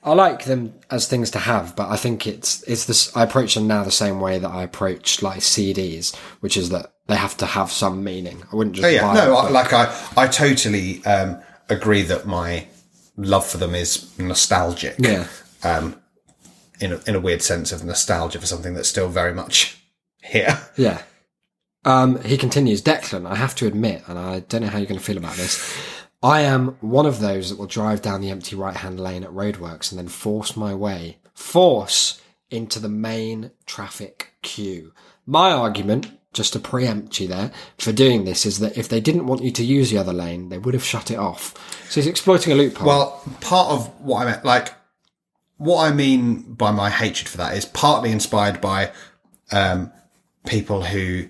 D: I like them as things to have, but I think it's it's this. I approach them now the same way that I approached like CDs, which is that they have to have some meaning. I wouldn't just
C: Oh, yeah,
D: buy.
C: no,
D: a
C: I,
D: book.
C: like I, I totally um, agree that my love for them is nostalgic.
D: yeah,
C: in a, in a weird sense of nostalgia for something that's still very much here.
D: Yeah. Um, he continues, Declan, I have to admit, and I don't know how you're going to feel about this. I am one of those that will drive down the empty right hand lane at roadworks and then force my way, force into the main traffic queue. My argument, just to preempt you there, for doing this is that if they didn't want you to use the other lane, they would have shut it off. So he's exploiting a loophole.
C: Well, part of what I meant, like, what I mean by my hatred for that is partly inspired by um, people who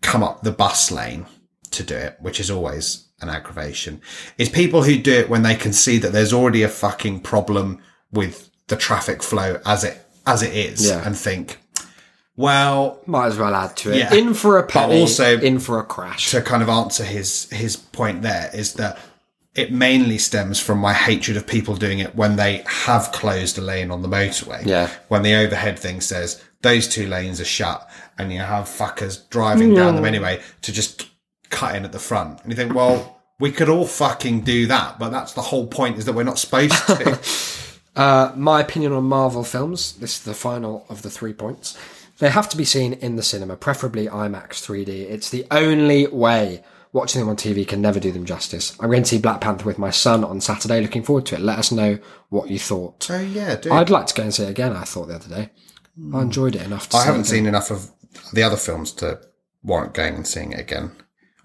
C: come up the bus lane to do it, which is always an aggravation. Is people who do it when they can see that there's already a fucking problem with the traffic flow as it as it is,
D: Yeah.
C: and think, well,
D: might as well add to it.
C: Yeah.
D: In for a penny,
C: also-
D: in for a crash.
C: to kind of answer his his point there is that it mainly stems from my hatred of people doing it when they have closed a lane on the motorway.
D: Yeah.
C: When the overhead thing says those two lanes are shut and you have fuckers driving down them anyway to just cut in at the front. And you think, well, we could all fucking do that, but that's the whole point is that we're not supposed to.
D: Uh, my opinion on Marvel films. This is the final of the three points. They have to be seen in the cinema, preferably IMAX 3D. It's the only way. Watching them on TV can never do them justice. I'm going to see Black Panther with my son on Saturday. Looking forward to it. Let us know what you thought.
C: so yeah, dude.
D: I'd like to go and see it again. I thought the other day. I enjoyed it enough to.
C: I
D: see
C: haven't
D: it
C: seen enough of the other films to warrant going and seeing it again.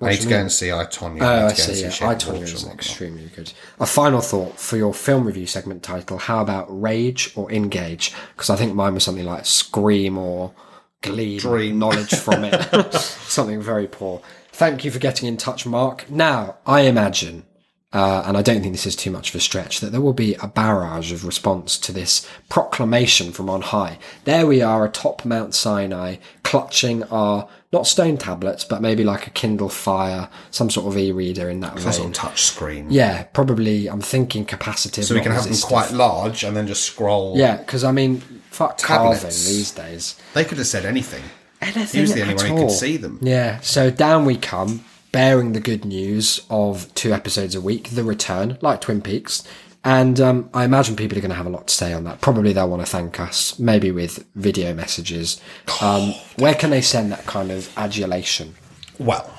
C: I need to go and see I Tonya.
D: Oh,
C: need
D: I
C: to go and
D: see.
C: Shape
D: Yeah.
C: of
D: I told
C: Water
D: you it was
C: and whatnot.
D: extremely good. A final thought for your film review segment title: How about Rage or Engage? Because I think mine was something like Scream or Glee. Knowledge from it. something very poor. Thank you for getting in touch, Mark. Now I imagine. Uh, and I don't think this is too much of a stretch, that there will be a barrage of response to this proclamation from on high. There we are atop Mount Sinai, clutching our, not stone tablets, but maybe like a Kindle Fire, some sort of e-reader in that
C: It's on
D: vein.
C: touch screen.
D: Yeah, probably, I'm thinking capacitive.
C: So we can have them quite large and then just scroll.
D: Yeah, because I mean, fuck
C: Tablets.
D: carving these days.
C: They could have said anything.
D: Anything
C: He was the only
D: at
C: one who could
D: all.
C: see them.
D: Yeah, so down we come, bearing the good news of two episodes a week, the return, like Twin Peaks. And um, I imagine people are going to have a lot to say on that. Probably they'll want to thank us, maybe with video messages. Um, where can they send that kind of adulation?
C: Well,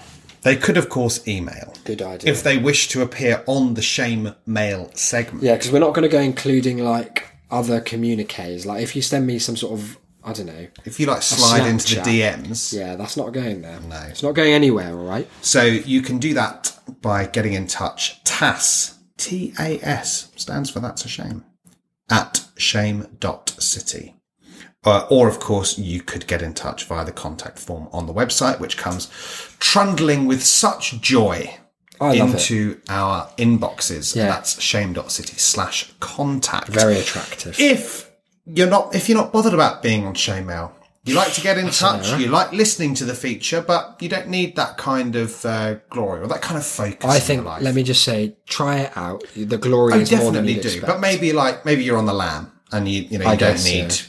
C: they could, of course, email.
D: Good idea.
C: If they wish to appear on the shame mail segment.
D: Yeah, because we're not going to go including like other communiques. Like if you send me some sort of, I don't know.
C: If you like slide into the
D: Snapchat.
C: DMs.
D: Yeah, that's not going there.
C: No.
D: It's not going anywhere, all right?
C: So you can do that by getting in touch. TAS, T A S, stands for That's a Shame, at shame.city. Uh, or, of course, you could get in touch via the contact form on the website, which comes trundling with such joy
D: I love it.
C: into our inboxes.
D: Yeah.
C: That's shame.city slash contact.
D: Very attractive.
C: If you're not if you're not bothered about being on Showmail, you like to get in touch. You like listening to the feature, but you don't need that kind of uh, glory or that kind of focus.
D: I
C: in
D: think.
C: your life.
D: Let me just say, try it out. The glory
C: I
D: is more than
C: definitely
D: you
C: do,
D: expect.
C: but maybe like maybe you're on the lam and you you know you
D: I
C: don't
D: guess,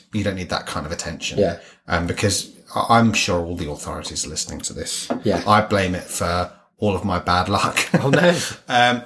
C: need you don't need that kind of attention.
D: Yeah.
C: um, because I- I'm sure all the authorities are listening to this.
D: Yeah.
C: I blame it for all of my bad luck.
D: oh no,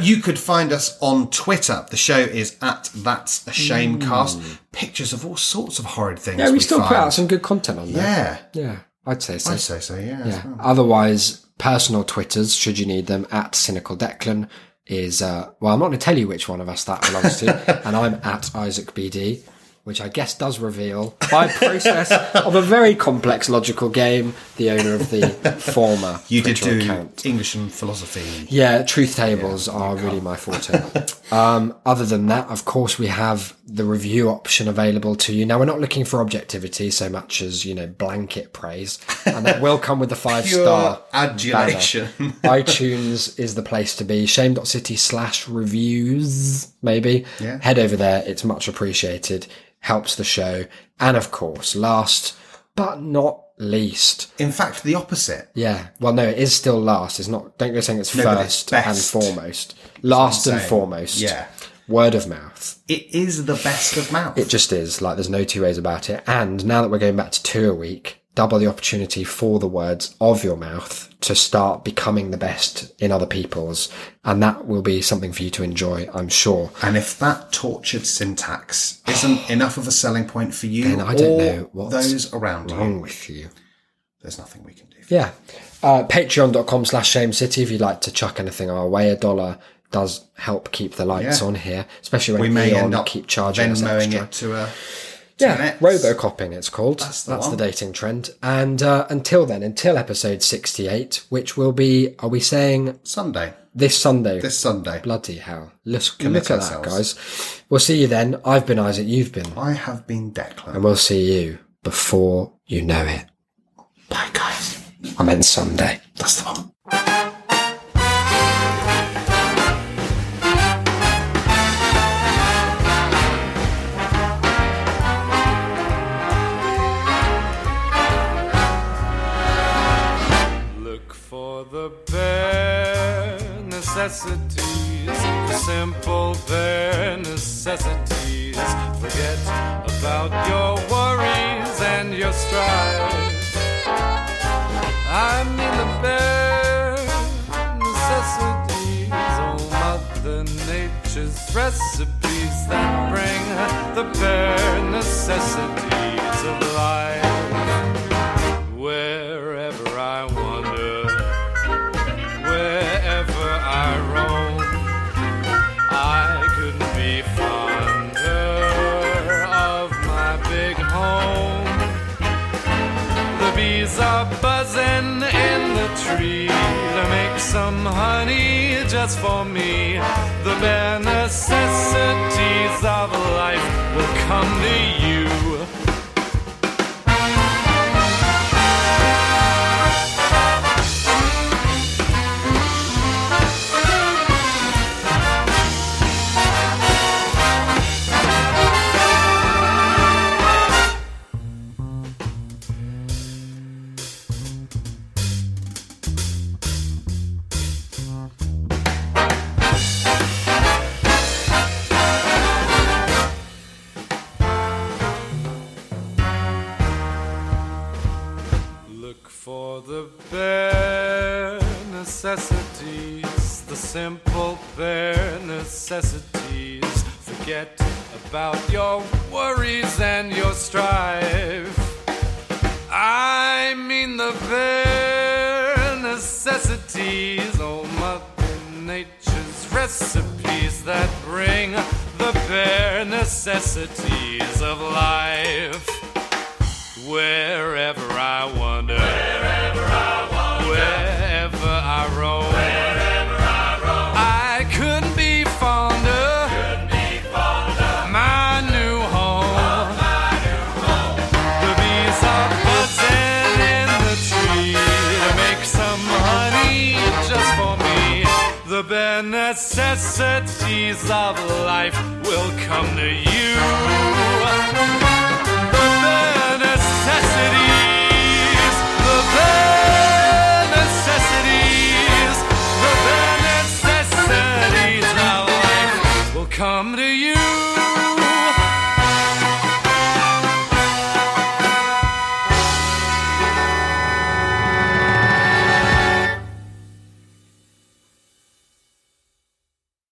C: you could find us on Twitter. The show is at That's a Shame Cast. Pictures of all sorts of horrid things.
D: Mm. yeah, we still
C: find.
D: put out some good content on there.
C: Yeah,
D: Yeah, I'd say so.
C: I say so. Yeah, as
D: yeah.
C: well.
D: Otherwise, personal Twitters, should you need them, at Cynical Declan is uh, well, I'm not going to tell you which one of us that belongs to, and I'm at Isaac BD, which I guess does reveal by process of a very complex logical game the owner of the former
C: You did
D: Twitter
C: do
D: account.
C: English and philosophy.
D: Yeah, truth tables are really my forte. um, other than that, of course, we have the review option available to you. Now, we're not looking for objectivity so much as, you know, blanket praise, and that will come with the five star banner.
C: adulation.
D: iTunes is the place to be. Shame.city slash reviews, maybe.
C: Yeah.
D: Head over there. It's much appreciated, helps the show. And of course, last but not least,
C: In fact, the opposite.
D: yeah. Well, no, it is still last. It's not. Don't go saying it's
C: but it's
D: first and
C: best.
D: foremost. Last and
C: saying.
D: foremost.
C: Yeah.
D: Word of mouth.
C: It is the best of mouth.
D: It just is. Like, there's no two ways about it. And now that we're going back to two a week, double the opportunity for the words of your mouth to start becoming the best in other people's. And that will be something for you to enjoy, I'm sure.
C: And if that tortured syntax isn't enough of a selling point for you
D: Then I
C: or
D: don't know what's
C: those around you,
D: Wrong with you.
C: there's nothing we can do.
D: Yeah. Uh, Patreon.com slash Shame City if you'd like to chuck anything our way. A dollar does help keep the lights
C: Yeah.
D: on here, especially when
C: We may
D: Eon
C: end up
D: keep charging us
C: Venmoing
D: extra.
C: it to a
D: Yeah,
C: Tenex.
D: Robocoping it's called. That's
C: the
D: the,
C: one.
D: dating trend. And uh, until then, until episode 68, which will be, are we saying
C: Sunday.
D: this Sunday?
C: This Sunday.
D: Bloody hell. Look,
C: Commit
D: look at
C: ourselves.
D: that, guys. We'll see you then. I've been Isaac, you've been.
C: I have been Declan.
D: And we'll see you before you know it.
C: Bye, guys.
D: I meant Sunday.
C: That's the one.
B: Look for the bare necessities, the simple bare necessities. Forget about your worries and your strife. I mean the bare necessities, oh Mother Nature's recipes that bring the bare necessities of life wherever I wander, wherever I roam, I could be fonder of my big home. The bees are buzzing in the tree to make some honey just for me. The bare necessities of life will come to you. Look for the bare necessities, the simple bare necessities. Forget about your worries and your strife. I mean the bare necessities, oh Mother Nature's recipes that bring the bare necessities of life. Wherever I wander, wherever I wander, wherever I roam, wherever I roam, I couldn't be fonder, could be fonder, my new home. The bees are buzzing in the tree to make some honey just for me. The bare necessities of life will come to you.